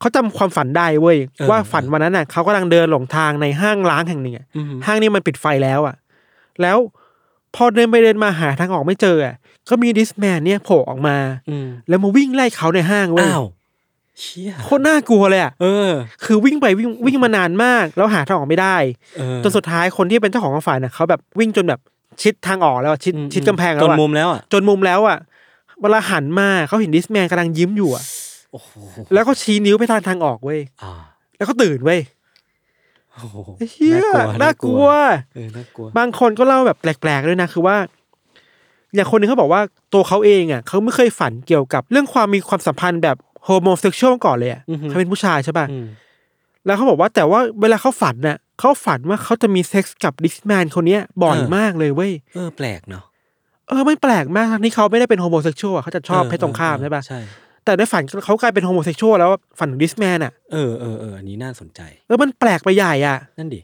S3: เขาจำความฝันได้เว้ย
S2: เออ
S3: ว่าฝันวันนั้นน่ะเขากำลังเดินหลงทางในห้างร้างแห่งหนึ่งอะ
S2: อือหือ
S3: ห้างนี้มันปิดไฟแล้วอะแล้วพอเดินไปเดินมาหาทางออกไม่เจออะก็มีดิสแมนเนี่ยโผล่ออกมา
S2: อืม
S3: แล้วมาวิ่งไล่เขาในห้างเว้ย
S2: อ้าวเชี่ย
S3: โคตรน่ากลัวเลยอะ
S2: เออ
S3: คือวิ่งไปวิ่งวิ่งมานานมาก แล้วหาทางออกไม่ได้
S2: เออ
S3: จนสุดท้ายคนที่เป็นเจ้าของความฝันน่ะเขาแบบวิ่งจนแบบชิดทางออกแล้วอะชิด
S2: อืม
S3: ชิดกำแพงแล้ว
S2: จ
S3: อะ
S2: นมุมแล้วอะ
S3: จนมุมแล้วอ่ะเวลาหันมาเขาเห็นดิสแมนกำลังยิ้มอยู่อ่ะ
S2: โอ้โห
S3: แล้วก็ชี้นิ้วไปทางทางออกเว้ย
S2: อ่า
S3: แล้วก็ตื่นเว้ย
S2: โอ้โห
S3: เฮียน่ากลัว
S2: เออน่ากลัว
S3: บางคนก็เล่าแบบแปลกๆด้วยนะคือว่า อย่างคนหนึงเขาบอกว่าตัวเขาเองอ่ะเขาไม่เคยฝันเกี่ยวกับเรื่องความมีความสัมพันธ์แบบโฮโมเซ็กชวลมาก่อนเลยอะ
S2: อือฮึ
S3: เขาเป็นผู้ชายใช่ป่ะ
S2: อืม
S3: แล้วเขาบอกว่าแต่ว่าเวลาเขาฝันน่ะเขาฝันว่าเขาจะมีเซ็กส์กับดิสแมนคนเนี้ยบ่อยมากเลยเว้ย
S2: เออ แปลกเนาะ
S3: เออไม่แปลกมากทั้งที่เขาไม่ได้เป็นโฮโมเซ็กชวลอะเขาจะชอบเพศตรงข้ามใช่ปะ
S2: ใช่
S3: แต่ในฝันเขากลายเป็นโฮโมเซ็กชวลแล้วฝันถึงดิสแมนอ่ะ
S2: เออเออเอออันนี้น่าสนใจ
S3: เออมันแปลกไปใหญ่อ่ะ
S2: นั่นดิ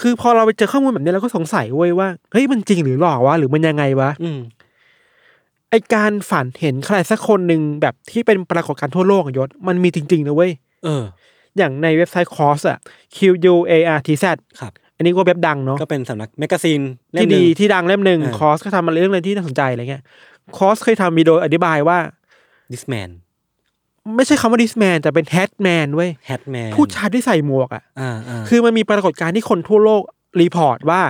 S3: คือพอเราไปเจอข้อมูลแบบนี้เราก็สงสัยเว้ยว่าเฮ้ยมันจริงหรือหลอกวะหรือมันยังไงวะ
S2: อืม
S3: ไอการฝันเห็นใครสักคนหนึ่งแบบที่เป็นปรากฏการณ์ทั่วโลกอะยศมันมีจริงๆนะเว้ย
S2: เออ
S3: อย่างในเว็บไซต์คอสอ่ะ Q U A R T Z
S2: ครับ
S3: อันนี้ก็เว็บดังเนาะ
S2: ก็เป็นสำนักแมกกาซีนเล่มห
S3: ที่
S2: นึ่
S3: ดี
S2: ง
S3: ที่ดังเล่มหนึ่ง
S2: เออ
S3: คอสก็ทำมาเรื่องอะไรที่น่าสนใจอะไรเงี้ยคอสเคยทำวิดีโออธิบายว่า
S2: ดิสแมน
S3: ไม่ใช่คำว่าดิสแมนแต่เป็นแฮ t แมนเว้ย
S2: แฮทแมน
S3: ผู้ชายที่ใส่หมวกอ่ะ
S2: อ่าอ่า
S3: คือมันมีปรากฏการณ์ที่คนทั่วโลกรีพอร์ตว่า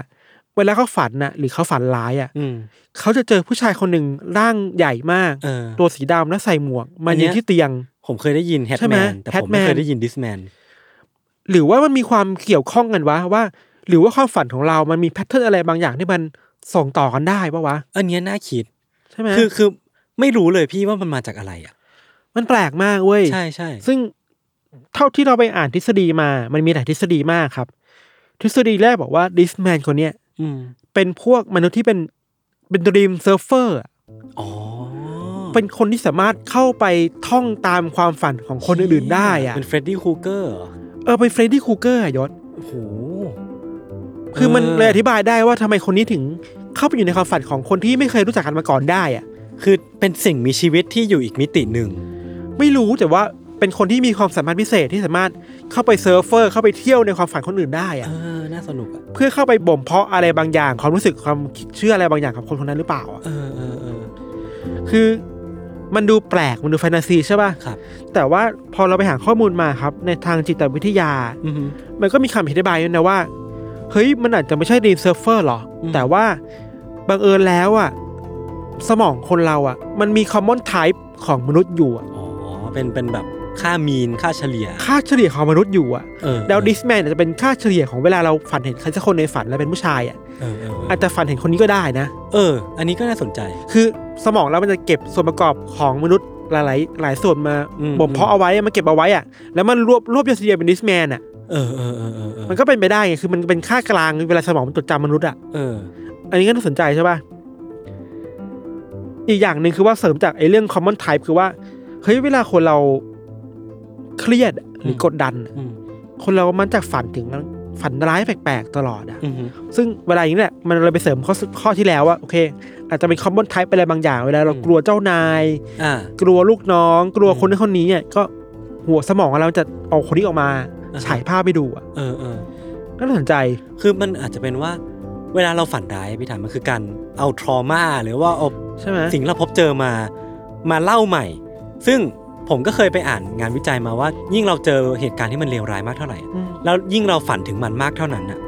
S3: เวลาเขาฝันน่ะหรือเขาฝันร้ายอ่ะ
S2: อืม
S3: เขาจะเจอผู้ชายคนหนึ่งร่างใหญ่มาก
S2: เออ
S3: ตัวสีดำและใส่หมวกมา
S2: อันเนี้
S3: ยื
S2: ย
S3: นที่เตียง
S2: ผมเคยได้ยินแฮท
S3: ใช่ไห
S2: แม
S3: ม
S2: นแต่ผมไม่
S3: Hatman
S2: เคยได้ยินดิสแมน
S3: หรือว่ามันมีความเกี่ยวข้องกันวะว่า หรือว่าความฝันของเรามันมีแพทเทิร์นอะไรบางอย่างที่มันส่งต่อกันได้ปะวะ
S2: อันเนี้ยน่าคิด
S3: ใช่ไหม
S2: คือคือไม่รู้เลยพี่ว่ามันมาจากอะไรอ่ะ
S3: มันแปลกมากเว้ย
S2: ใช่ใช่
S3: ซึ่งเท่าที่เราไปอ่านทฤษฎีมา มันมีหลายทฤษฎีมากครับ ทฤษฎีแรกบอกว่าดิสแมนคนเนี้ย
S2: อืม
S3: เป็นพวกมนุษย์ที่เป็นเป็นดรีมเซิร์ฟเฟอร์
S2: อ๋อ
S3: เป็นคนที่สามารถเข้าไปท่องตามความฝันของคนอื่นๆได้อะ
S2: เป็นเฟรดดี้ครูเกอร์
S3: เออไปเฟรดดี้ครูเกอร์อะยศ
S2: โอ้โห
S3: คือมัน
S2: เออ
S3: เลยอธิบายได้ว่าทำไมคนนี้ถึงเข้าไปอยู่ในความฝันของคนที่ไม่เคยรู้จักกันมาก่อนได้อะ
S2: คือเป็นสิ่งมีชีวิตที่อยู่อีกมิติหนึ่ง
S3: ไม่รู้แต่ว่าเป็นคนที่มีความสามารถพิเศษที่สามารถเข้าไปเซิร์ฟเฟอร์ เข้าไปเที่ยวในความฝันคนอื่นได้
S2: เอ
S3: อะ
S2: อ น่าสนุกอ่ะ
S3: เพื่อเข้าไปบ่มเพาะอะไรบางอย่างความรู้สึกความคิดเชื่ออะไรบางอย่างกับคนคนนั้นหรือเปล่าอะ
S2: เออเออเออ
S3: คือมันดูแปลกมันดูแฟนตาซีใช่ป่ะ
S2: ครับ
S3: แต่ว่าพอเราไปหาข้อมูลมาครับ ในทางจิตวิทยา
S2: อือฮึ
S3: มันก็มีคำอธิบายด้วยนะว่า เฮ้ย มันอาจจะไม่ใช่ดีมเซิร์ฟเฟอร์หรอก
S2: อืม
S3: แต่ว่าบังเอิญแล้วอะสมองคนเราอะมันมีคอมมอนไทป์ของมนุษย์อยู่อะ
S2: อ๋อ เป็นเป็นแบบค่ามีนค่าเฉลี่ย
S3: ค่าเฉลี่ยของมนุษย์อยู่อะ
S2: เออ
S3: แล้วดิสแมนอาจจะเป็นค่าเฉลี่ยของเวลาเราฝันเห็นใครสักคนในฝันแล้วเป็นผู้ชายอะ
S2: เออเออเอ
S3: อา
S2: อ
S3: จจะฝันเห็นคนนี้ก็ได้นะ
S2: เออ อันนี้ก็น่าสนใจ
S3: คือสมองเรามันจะเก็บส่วนประกอบของมนุษย์หลายๆหลายส่วนมา
S2: อืม
S3: บ่มเพาะเอาไว้อะมาเก็บเอาไว้อะแล้วมันรวบรวบยอดเฉลี่ยเป็นดิสแมนอะ
S2: เออเออเออเออเออ
S3: มันก็เป็นไปได้ไงคือมันเป็นค่ากลางเวลาสมองมันจดจำมนุษย์อะ
S2: เออ
S3: อันนี้ก็น่าสนใจใช่ป่ะ อีกอย่างหนึ่งคือว่าเสริมจากไอ้เรื่อง common type คือว่า เฮ้ยเวลาคนเราเครียดอะหรือ
S2: ม
S3: กดดันอะ
S2: อืม
S3: คนเรามันจะฝันถึงฝันร้ายแปลกๆ ตลอดอะ
S2: อือฮึ
S3: ซึ่งเวลาอย่างนี้แหละมันเลยไปเสริมข้อข้อที่แล้วว่าโอเค อาจจะเป็น common type ไปอะไรบางอย่าง เวลาเรากลัวเจ้านาย
S2: อ่าก
S3: ลัวลูกน้อง กลัวคนนั้นคนนี้เนี่ยก็หัวสมองเราจะเอาคนนี้ออกมาฉายภาพไปดูอะ
S2: เออเออ
S3: ก็น่าสนใจ
S2: คือมันอาจจะเป็นว่า เวลาเราฝันร้ายพี่ถามมันคือการเอาทรมาหรือว่าเอา
S3: ใช่ไหม
S2: สิ่งที่เราพบเจอมา มาเล่าใหม่ ซึ่งผมก็เคยไปอ่านงานวิจัยมาว่า ยิ่งเราเจอเหตุการณ์ที่มันเลวร้ายมากเท่าไหร่อะ
S3: อืม
S2: แล้วยิ่งเราฝันถึงมันมากเท่านั้นน่ะ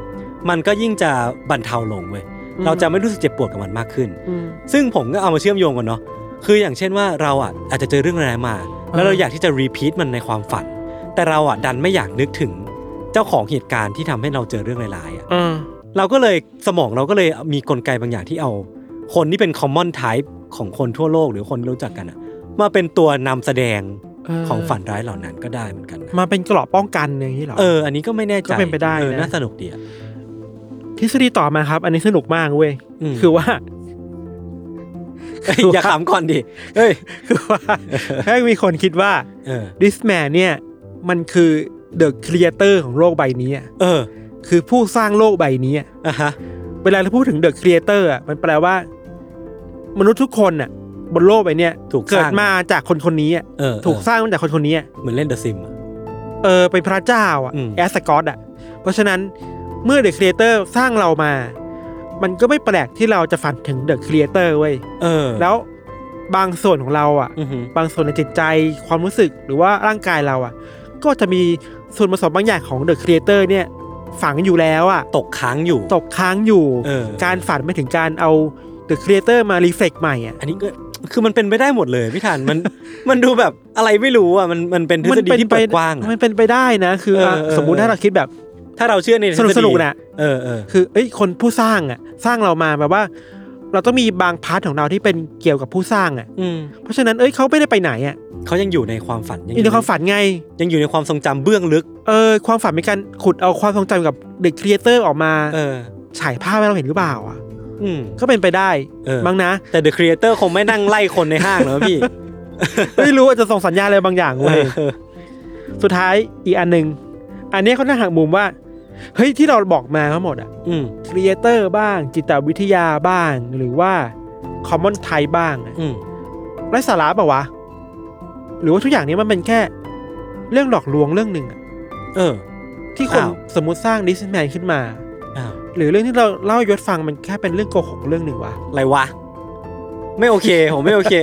S2: มันก็ยิ่งจะบรรเทาลงเว้ยเราจะไม่รู้สึกเจ็บปวดกับมันมากขึ้น
S3: อืม
S2: ซึ่งผมก็เอามาเชื่อมโยงกันเนาะ คืออย่างเช่นว่าเราอ่ะอาจจะเจอเรื่องอะไรายมา แล้วเราอยากที่จะรีพีทมันในความฝัน แต่เราอ่ะดันไม่อยากนึกถึงเจ้าของเหตุการณ์ที่ทำให้เราเจอเรื่องร้ายๆอ่ะ
S3: อ่า
S2: เราก็เลยสมองเราก็เลยมีกลไกบางอย่างที่เอา คนที่เป็น common type ของคนทั่วโลกหรือคนรู้จักกันอ่ะ มาเป็นตัวนำแสดง
S3: เออ
S2: ของฝันร้ายเหล่านั้นก็ได้เหมือนกันนะ
S3: มาเป็นเกราะป้องกันอย่างนี้เหรอ
S2: เออ อันนี้ก็ไม่แน่ใจ
S3: ก็เป็นไปได้นะ
S2: ออน่าสนุกดีอ่ะ
S3: ทฤษฎีต่อมาครับ อันนี้สนุกมากเว้ย
S2: ม
S3: คือว่า *laughs*
S2: เอ้ยอย่าขำก่อนดิเอ้ย
S3: คือว่าให้มีคนคิดว่า
S2: เออ
S3: ดิสแมนเนี่ย มันคือเดอะครีเอเตอร์ของโลกใบนี้อะ
S2: เออ
S3: คือผู้สร้างโลกใบนี้อะ
S2: อ่ะฮะ
S3: เวลาเราพูดถึงเดอะครีเอเตอร์อ่ะมันแปลว่า มนุษย์ทุกคนอ่ะ บนโลกใบเนี้ย
S2: ถูกสร้าง
S3: เกิดมาจากคนคนนี้อะ
S2: เออเออ
S3: ถูกสร้างมาจากคนคนนี้อะ
S2: เหมือนเล่นเดอะซิม
S3: เออเป็นพระเจ้าอ่ะ
S2: อืม
S3: แอสกอตอ่ะ เพราะฉะนั้นเมื่อเดอะครีเอเตอร์สร้างเรามา มันก็ไม่แปลกที่เราจะฝันถึงเดอะครีเอเตอร์เว้ย
S2: เออ
S3: แล้วบางส่วนของเราอ่ะ
S2: อือหือ
S3: บางส่วนในจิตใจความรู้สึกหรือว่าร่างกายเราอ่ะ ก็จะมีส่วนผสมบางอย่างของเดอะครีเอเตอร์เนี่ย ฝังอยู่แล้วอ่ะ
S2: ตกค้างอยู่
S3: ตกค้างอยู่
S2: เออ
S3: การฝันไม่ถึงการเอาเดอะครีเอเตอร์มารีเฟล็กใหม่อ่ะ
S2: อันนี้ก็คือมันเป็นไปได้หมดเลยพี่ทัน
S3: *laughs*
S2: มัน มันดูแบบอะไรไม่รู้อ่ะมันมันเป็นทฤษฎีที่เปิดกว้างอะ
S3: มันเป็นไปได้นะ คือ
S2: เออ
S3: อ่ะ
S2: เออ
S3: สมมุติถ้าเราคิดแบบ
S2: ถ้าเราเชื่อในทฤษฎี
S3: สนุกๆน่ะ
S2: เออเออ
S3: คือเอ้ยคนผู้สร้างอ่ะสร้างเรามาแบบว่า เราต้องมีบางพาร์ทของเราที่เป็นเกี่ยวกับผู้สร้างอ่ะ
S2: อืม
S3: เพราะฉะนั้นเอ้ยเขาไม่ได้ไปไหนอ่ะ
S2: เขายังอยู่ในความฝันยัง
S3: อยู่ในความฝันไง
S2: ยังอยู่ในความทรงจำเบื้องลึก
S3: เออความฝันเป็นการขุดเอาความทรงจำกับเด็กครีเอเตอร์ออกมา
S2: เออ
S3: ฉายภาพให้เราเห็นหรือเปล่าอ่ะ
S2: อืม
S3: ก็เป็นไปได้
S2: เออ
S3: บ้างนะ
S2: แต่เดอะครีเอเตอร์คงไม่นั่งไล่คนในห้างหรอกพี่
S3: ไม่รู้อาจจะส่งสัญญาณอะไรบางอย่างเว้ย
S2: เออ
S3: สุดท้ายอีกอันหนึ่งอันเนี้ยเขาน่าหักมุมว่า เฮ้ยที่เราบอกมาทั้งหมดอะ
S2: อืม
S3: ครีเอเตอร์บ้าง จิตวิทยาบ้าง หรือว่าคอมมอนไทบ้างอะ
S2: อืม
S3: ไร้สาระเปล่าวะ หรือว่าทุกอย่างเนี้ยมันเป็นแค่ เรื่องหลอกลวงเรื่องหนึ่งอะ
S2: เออ
S3: ที่คน
S2: อ้าว
S3: สมมติสร้างดิสแมนขึ้นมา
S2: อ้าว
S3: หรือเรื่องที่เราเล่าให้ยศฟังมันแค่เป็นเรื่องโกหกเรื่องหนึ่งวะ
S2: อะไรวะ ไม่โอเค ผมไม่โอ
S3: *laughs*
S2: เค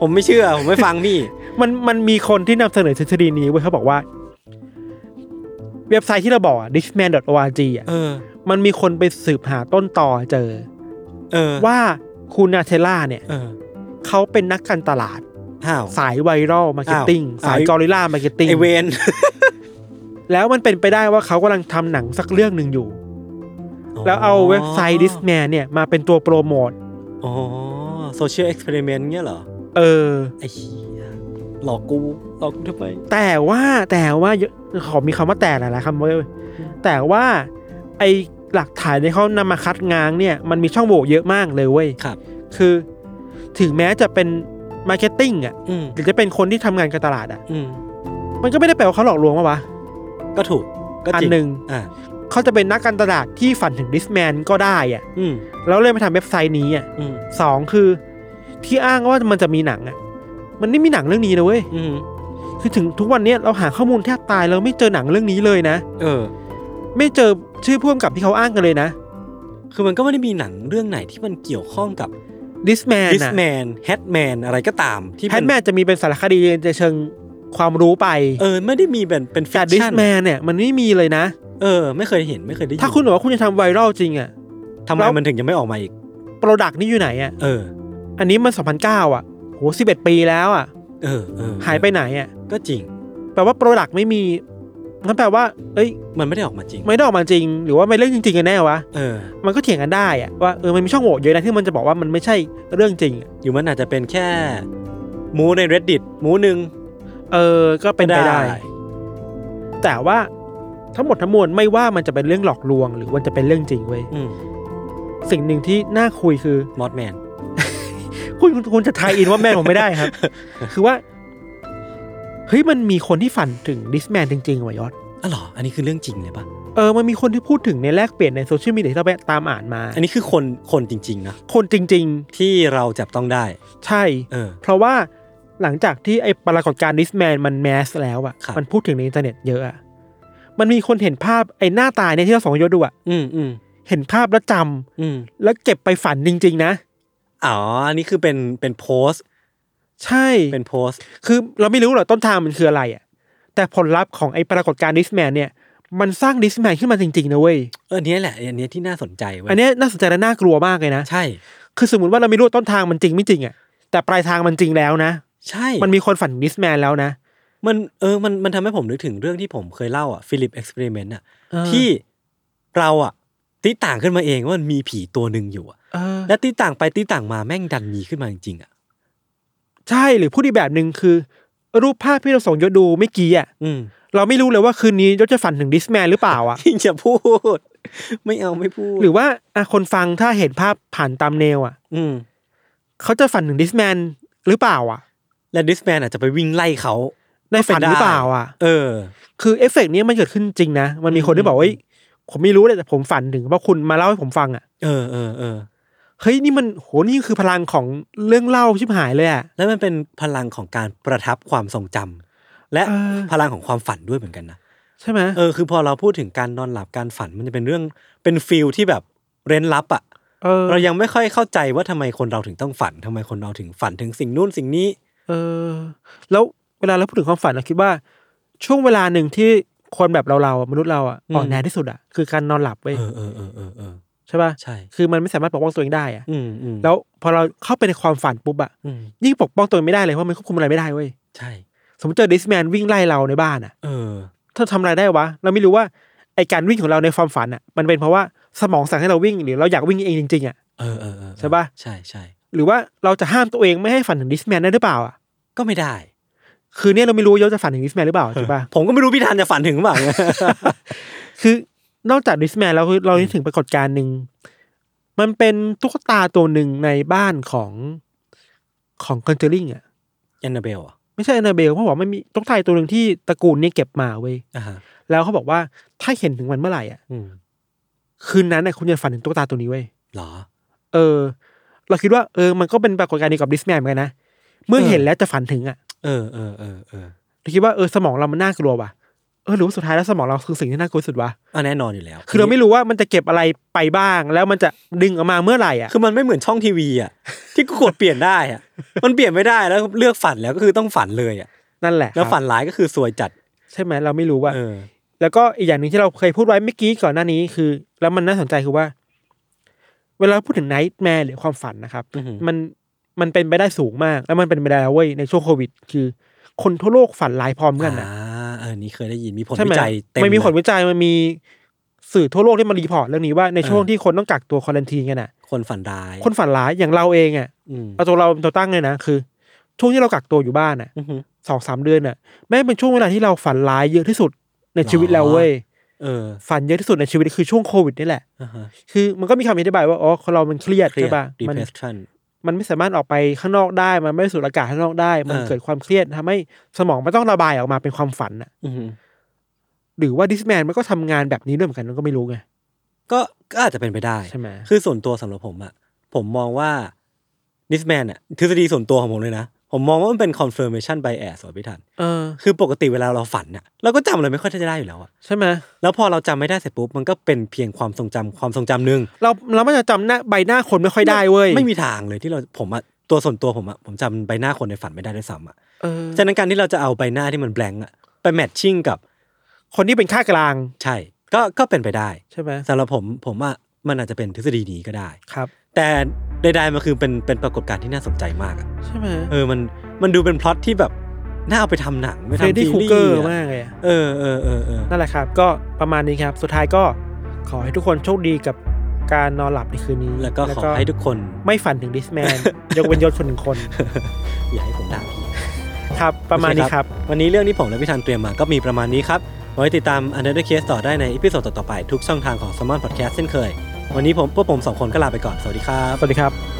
S2: ผมไม่เชื่อ ผมไม่ฟังพี่
S3: มันมันมีคนที่นำเสนอทฤษฎีนี้เว้ยเขาบอกว่า เว็บไซต์ที่เราบอกอะ dishman.org อ่ะ
S2: เออ
S3: มันมีคนไปสืบหาต้นต่อเจอ
S2: เออ
S3: ว่าคูนาเทลล่าเนี่ย
S2: เออ
S3: เขาเป็นนักการตลาด
S2: อ้าว
S3: สายไวรัลมาร์เก็ตติ้ง
S2: อ้าว
S3: สายกอริลลามาร์เก็ตติ้ง
S2: ไอเวน
S3: แล้วมันเป็นไปได้ว่าเขากำลังทำหนังสักเรื่องหนึ่งอยู่ แล้วเอาเว็บไซต์ dishman เนี่ยมาเป็นตัวโปรโมท
S2: อ๋อโซเชียลเอ็กซ์เพร์เมนต์เงี้ยเหรอ
S3: เออ
S2: ไอ้เหี้ย หลอกกูหลอกกูทำไม
S3: แต่ว่าแต่ว่าขอมีคำว่าแต่หลายๆคำไว้เว้ยแต่ว่าไอหลักฐานที่เขานำมาคัดง้างเนี่ยมันมีช่องโหว่เยอะมากเลยเว้ย
S2: ครับ
S3: คือถึงแม้จะเป็นมาร์เก็ตติ้งอ่ะ
S2: อืม
S3: หรือจะเป็นคนที่ทำงานการตลาดอ่ะ
S2: อืม
S3: มันก็ไม่ได้แปลว่าเขาหลอกลวงปะวะ
S2: ก็ถูกก็จริ
S3: อันหนึ่ง
S2: อ่า
S3: เขาจะเป็นนักการตลาดที่ฝันถึงดิสแมนก็ได้อ่ะ
S2: อืม
S3: แล้วเลยมาทำเว็บไซต์นี้อ่ะ
S2: อืม
S3: สองคือ ที่อ้างว่ามันจะมีหนังอ่ะมันไม่มีหนังเรื่องนี้นะเว้ย
S2: อืม
S3: คือถึงทุกวันเนี้ยเราหาข้อมูลแทบตายเราไม่เจอหนังเรื่องนี้เลยนะ
S2: เออ
S3: ไม่เจอชื่อพ่วงกับที่เขาอ้างกันเลยนะ
S2: คือมันก็ไม่ได้มีหนังเรื่องไหนที่มันเกี่ยวข้องกับ
S3: ดิสแมน
S2: d i s
S3: อะ
S2: m a n h a t m a n อะไรก็ตามที่
S3: แพ
S2: เป็
S3: ทแมนจะมีเป็นสารคดีในเชิงความรู้ไป
S2: เออ ไม่ได้มีเป็นเป็นฟิ
S3: แต่
S2: ก
S3: ดิส
S2: ชั่น
S3: แมนเนี่ยมันไม่มีเลยนะ
S2: เออ ไม่เคยเห็นไม่เคยได้ยิน
S3: ถ้าคุณบอกว่าคุณจะทำไวรัลจริงอะ
S2: ทำไม
S3: แล้ว
S2: มันถึงยังไม่ออกมาอีก
S3: โปรดักต์นี่อยู่ไหนอะ
S2: เออ
S3: อันนี้มัน2009อะโห11 ปีแล้วอะ
S2: เออเออ
S3: หายไปไหนอะ
S2: ก็จริง
S3: แปลว่าโปรดักต์ไม่มีงั้นแปลว่า เอ้ย
S2: มันไม่ได้ออกมาจริง
S3: ไม่ได้ออกมาจริง หรือว่าไม่เรื่องจริงๆกันแน่วะ
S2: เออ
S3: มันก็เถียงกันได้อะว่าเออมันมีช่องโหว่เยอะนะที่มันจะบอกว่ามันไม่ใช่เรื่องจริงอะ
S2: อยู่มันอาจจะเป็นแค่ มูใน reddit มูหนึ่ง
S3: เออ ก็เป็นไปได้ แต่ว่าทั้งหมดทั้งมวลไม่ว่ามันจะเป็นเรื่องหลอกลวง หรือมันจะเป็นเรื่องจริงเว้ย
S2: อืม
S3: สิ่งหนึ่งที่น่าคุยคือ
S2: มอดแมน
S3: คุณคุณคุณจะทายอินว่าแม่นผมไม่ได้ *laughs* ครับ คือว่าเฮ้ยมันมีคนที่ฝันถึงดิสแมนจริงๆว่ะยศ
S2: อ๋อเหรออันนี้คือเรื่องจริงเลยปะ
S3: เออมันมีคนที่พูดถึงในแลกเปลี่ยนในโซเชียลมีเดียที่เราไปตามอ่านมา
S2: อันนี้คือคนคนจริง ๆ นะ
S3: คนจริง
S2: ที่เราจับต้องได้
S3: ๆ ใช่
S2: เออ
S3: เพราะว่าหลังจากที่ไอ้ปรากฏการณ์ดิสแมนมันแมสแล้วอ่ะ
S2: ครับ
S3: มันพูดถึงในอินเทอร์เน็ตเยอะอ่ะมันมีคนเห็นภาพไอ้หน้าตายเนี่ยที่เราสองคนยศดูอ่ะ
S2: อืมอืม
S3: เห็นภาพแล้วจำ
S2: อืม
S3: แล้วเก็บไปฝันจริง ๆ นะ
S2: อ๋ออันนี้คือเป็นเป็นโพสต์
S3: ใช่
S2: เป็นโพสต์
S3: คือเราไม่รู้หรอกต้นทางมันคืออะไรอ่ะ แต่ผลลัพธ์ของไอ้ปรากฏการณ์ดิสแมนเนี่ย มันสร้างดิสแมนขึ้นมาจริงๆนะเว้ย
S2: เอออนเนี้ยแหละอันเนี้ยที่น่าสนใจเว้ย
S3: อันเนี้ยน่าสนใจและน่ากลัวมากเลยนะ
S2: ใช่
S3: คือสมมติว่าเราไม่รู้ว่าต้นทางมันจริงไม่จริงอ่ะ แต่ปลายทางมันจริงแล้วนะ
S2: ใช่
S3: มันมีคนฝันดิสแมนแล้วนะ
S2: มันเออมันมันทำให้ผมนึกถึงเรื่องที่ผมเคยเล่าอ่ะฟิลิปเอ็กซ์เพร์เมนต์อ่ะที่เราอ่ะตีต่างขึ้นมาเองว่ามันมีผีตัวหนึ่งอยู่อ่ะ
S3: เออ
S2: และตีต่างไปตีต่างมาแม่งดันมีขึ้นมาจริงๆอ่ะ
S3: ใช่หรือพูดอีกแบบหนึ่งคือ รูปภาพที่เราส่งยศดูเมื่อกี้อ่ะ
S2: อืม
S3: เราไม่รู้เลยว่าคืนนี้ยศจะฝันถึงดิสแมนหรือเปล่าอ่ะ
S2: *laughs* ยิ่งจะพูด ไม่เอาไม่พูด
S3: หรือว่าอ่ะคนฟังถ้าเห็นภาพผ่านตามเนลอ่ะ
S2: อืม
S3: เขาจะฝันถึงดิสแมนหรือเปล่าอ่ะ
S2: และดิสแมนอาจจะไปวิ่งไล่เขา
S3: ในฝันหรือเปล่าอ่ะ
S2: เออ
S3: คือเอฟเฟกต์เนี้ยมันเกิดขึ้นจริงนะ มันมีคนที่บอกว่าเฮ้ยผมไม่รู้เลยแต่ผมฝันถึงว่าคุณมาเล่าให้ผมฟังอ่ะ
S2: เออเออเออ
S3: เฮ้ยนี่มันโหนี่คือพลังของเรื่องเล่าชิบหายเลยอ่ะ
S2: แล้วมันเป็นพลังของการประทับความทรงจำและ
S3: เออ
S2: พลังของความฝันด้วยเหมือนกันนะ
S3: ใช่ไหม
S2: เออคือพอเราพูดถึงการนอนหลับการฝันมันจะเป็นเรื่องเป็นฟิลที่แบบเร้นลับอะ่ะ
S3: เออ
S2: เรายังไม่ค่อยเข้าใจว่าทำไมคนเราถึงต้องฝันทำไมคนเราถึงฝันถึงสิ่งนู่นสิ่งนี้
S3: เออ แล้วเวลาเราพูดถึงความฝันเราคิดว่า ช่วงเวลาหนึ่งที่คนแบบเราเราๆอะมนุษย์เราอ่ะ
S2: อืม
S3: อ่อนแอที่สุดอ่ะคือการนอนหลับเว้ย
S2: เออเออเออเออเออ
S3: ใช่ป่ะ
S2: ใช่
S3: คือมันไม่สามารถปกป้องตัวเองได้อ่ะ
S2: อืมอืม
S3: แล้วพอเราเข้าไปในความฝันปุ๊บอ่ะ
S2: อืม
S3: ยิ่งปกป้องตัวเองไม่ได้เลยเพราะมันควบคุมอะไรไม่ได้เว้ย
S2: ใช่
S3: สมมติเจอดิสแมนวิ่งไล่เราในบ้านอ่ะ
S2: เออ
S3: ถ้าทำอะไรได้วะ เราไม่รู้ว่าไอการวิ่งของเราในความฝันอ่ะมันเป็นเพราะว่าสมองสั่งให้เราวิ่งหรือเราอยากวิ่งเองจริงๆอ่ะ
S2: เออเออเออ
S3: ใช่ปะ
S2: ใช่ใช่
S3: หรือว่าเราจะห้ามตัวเองไม่ให้ฝันถึงดิสแมนได้หรือเปล่าอ่ะ
S2: ก็ไม่ได้
S3: คืนนี้เราไม่รู้ว่าเราจะฝันถึงดิสแมนหรือเปล่าถูกปะ
S2: ผมก็ไม่รู้พี่ธันจะฝันถึงหรือเปล่า
S3: *laughs* คือนอกจากดิสแมนแล้วเรานึกถึงปรากฏการณ์หนึ่งมันเป็นตุ๊กตาตัวหนึ่งในบ้านของของคอนเจอริงอ่ะ
S2: แอนนาเบลอ่ะ
S3: ไม่ใช่อนาเบลเขาบอกว่ามันมีตุ๊กตาตัวหนึ่งที่ตระกูลเนี่ยเก็บมาเว้ย
S2: อ่าฮะ
S3: แล้วเขาบอกว่าถ้าเห็นถึงมันเมื่อไหร่อ่ะ
S2: อืม
S3: คืนนั้นน่ะคุณจะฝันถึงตุ๊กตาตัวนี้เว้ย
S2: เหรอ
S3: เออ เราคิดว่าเออมันก็เป็นปรากฏการณ์เดียวกับดิสแมนเหมือนกันนะ เมื่อ
S2: เออ
S3: เห็นแล้วจะฝันถึงอ่ะ
S2: เออเออเออเออ
S3: เราคิดว่าเออสมองเรามันน่ากลัวว่ะเออหรือว่าสุดท้ายแล้วสมองเราคือสิ่งที่น่ากลัวที่สุดวะ
S2: อ่ะแน่นอนอยู่แล้ว
S3: คือเราไม่รู้ว่ามันจะเก็บอะไรไปบ้าง แล้วมันจะดึงออกมาเมื่อไหร่อ่ะ
S2: คือมันไม่เหมือนช่องทีวีอ่ะ ที่กูกดเปลี่ยนได้อ่ะมันเปลี่ยนไม่ได้แล้วเลือกฝันแล้วก็คือต้องฝันเลยอ่ะ
S3: นั่นแหละ
S2: แล้ว
S3: ครับ
S2: ฝันร้ายก็คือซวยจัด
S3: ใช่ไหมเราไม่รู้ว่า
S2: เออ
S3: แล้วก็อีกอย่างหนึ่งที่เราเคยพูดไว้เมื่อกี้ก่อนหน้านี้คือ แล้วมันน่าสนใจคือว่า เวลาพูดถึงไนท์แมร์หรือความฝันนะครับ
S2: อือหือ
S3: มันมันเป็นไปได้สูงมาก แล้วมันเป็นไปได้แล้วเว้ยในช่วงโควิด คือ คนทั่วโลกฝันร้ายพร้อมกันนะ
S2: อ่าเออนี่เคยได้ยินมีผล
S3: ใช่
S2: วิ
S3: ไหม
S2: จัยเต็ม
S3: มันมีผล
S2: เลย
S3: วิจัยมันมีสื่อทั่วโลกที่มารีพอร์ตเรื่องนี้ว่าใน
S2: เออ
S3: ช่วงที่คนต้องกักตัวคอลันทีกันน่ะ
S2: คนฝันร้าย
S3: คนฝันร้ายอย่างเราเองอ่ะ
S2: อืม
S3: เอาตัวเราเป็นตัวตั้งเลยนะคือ ช่วงที่เรากักตัวอยู่บ้านอ่ะ
S2: อือหือ
S3: สองสามเดือนน่ะแม่งเป็นช่วงเวลาที่เราฝันร้ายเยอะที่สุดในชีวิตแล้วเว้ย
S2: เออ
S3: ฝันเยอะที่สุดในชีวิตคือช่วงโควิดนี่แหละ
S2: อ่าฮะ
S3: คือมันก็มีคำอธิบายว่าอ๋อคนเรามันเครียด
S2: เครียด
S3: ใช่ปะมัน
S2: depression
S3: มันไม่สามารถออกไปข้างนอกได้ มันไม่สูดอากาศข้างนอกได้ มัน
S2: เออ
S3: เกิดความเครียดทำให้สมองมันต้องระบายออกมาเป็นความฝันน่ะ
S2: อือฮึ
S3: หรือว่าดิสแมนมันก็ทำงานแบบนี้ด้วยเหมือนกันมันก็ไม่รู้ไง
S2: ก็ก็อาจจะเป็นไปได้
S3: ใช่ไหม
S2: คือส่วนตัวสำหรับผมอะผมมองว่าดิสแมนอะทฤษฎีส่วนตัวของผมเลยนะ ผมมองว่ามันเป็น confirmation bias ว่ะพี่ทัน
S3: เออ
S2: คือปกติเวลาเราฝันอะเราก็จำอะไรไม่ค่อยจะได้อยู่แล้วอะ
S3: ใช่ไหม
S2: แล้วพอเราจำไม่ได้เสร็จปุ๊บมันก็เป็นเพียงความทรงจำความทรงจำหนึ่ง
S3: เราเราไม่จะจำหน้าใบหน้าคนไม่ค่อยได้เว้ย
S2: ไม่มีทางเลยที่เราผมอะตัวส่วนตัวผมอะผมจำใบหน้าคนในฝันไม่ได้ด้วยซ้ำอะ
S3: เออ
S2: ฉะนั้นการที่เราจะเอาใบหน้าที่มันแบง n ์อะไปแมทชิ่งกับ
S3: คนที่เป็นค่ากลาง
S2: ใช่ก็ก็เป็นไปได้
S3: ใช่ไหม
S2: สำหรับผมผมอะมันอาจจะเป็นทฤษฎีนี้ก็ได้
S3: ครับ
S2: แต่ใดๆมันคือเป็นเป็นปรากฏการณ์ที่น่าสนใจมากอะ
S3: ใช่ไหม
S2: เออ มัน มันดูเป็นพล็อตที่แบบ น่าเอาไปทำหนังไป
S3: เฟรด
S2: ทำซี
S3: ดี้คู
S2: รี
S3: เกอร์
S2: ส์อะ
S3: มากเลยอะ
S2: เออเออเออเออ
S3: นั่นแหละครับ ก็ประมาณนี้ครับ สุดท้ายก็ขอให้ทุกคนโชคดีกับการนอนหลับในคืนนี้
S2: แล้วก็ขอให้ทุกคน
S3: *laughs* ไม่ฝันถึงดิสแมน ยกเว้นยศคนหนึ่งคน
S2: อย่าให้ผมด่าพี่
S3: ครับประมาณนี้ครับ
S2: วันนี้เรื่องที่ผมและพี่ธันเตรียมมาก็มีประมาณนี้ครับ ไว้ติดตาม u n d e r the Case ต่อได้ในอีพิโซดต่อๆไปทุกช่องทางของ s ซ m o n Podcast เช่นเคย วันนี้ผมพวกผมสองคนก็ลาไปก่อน สวัสดีครับ
S3: สวัสดีครับ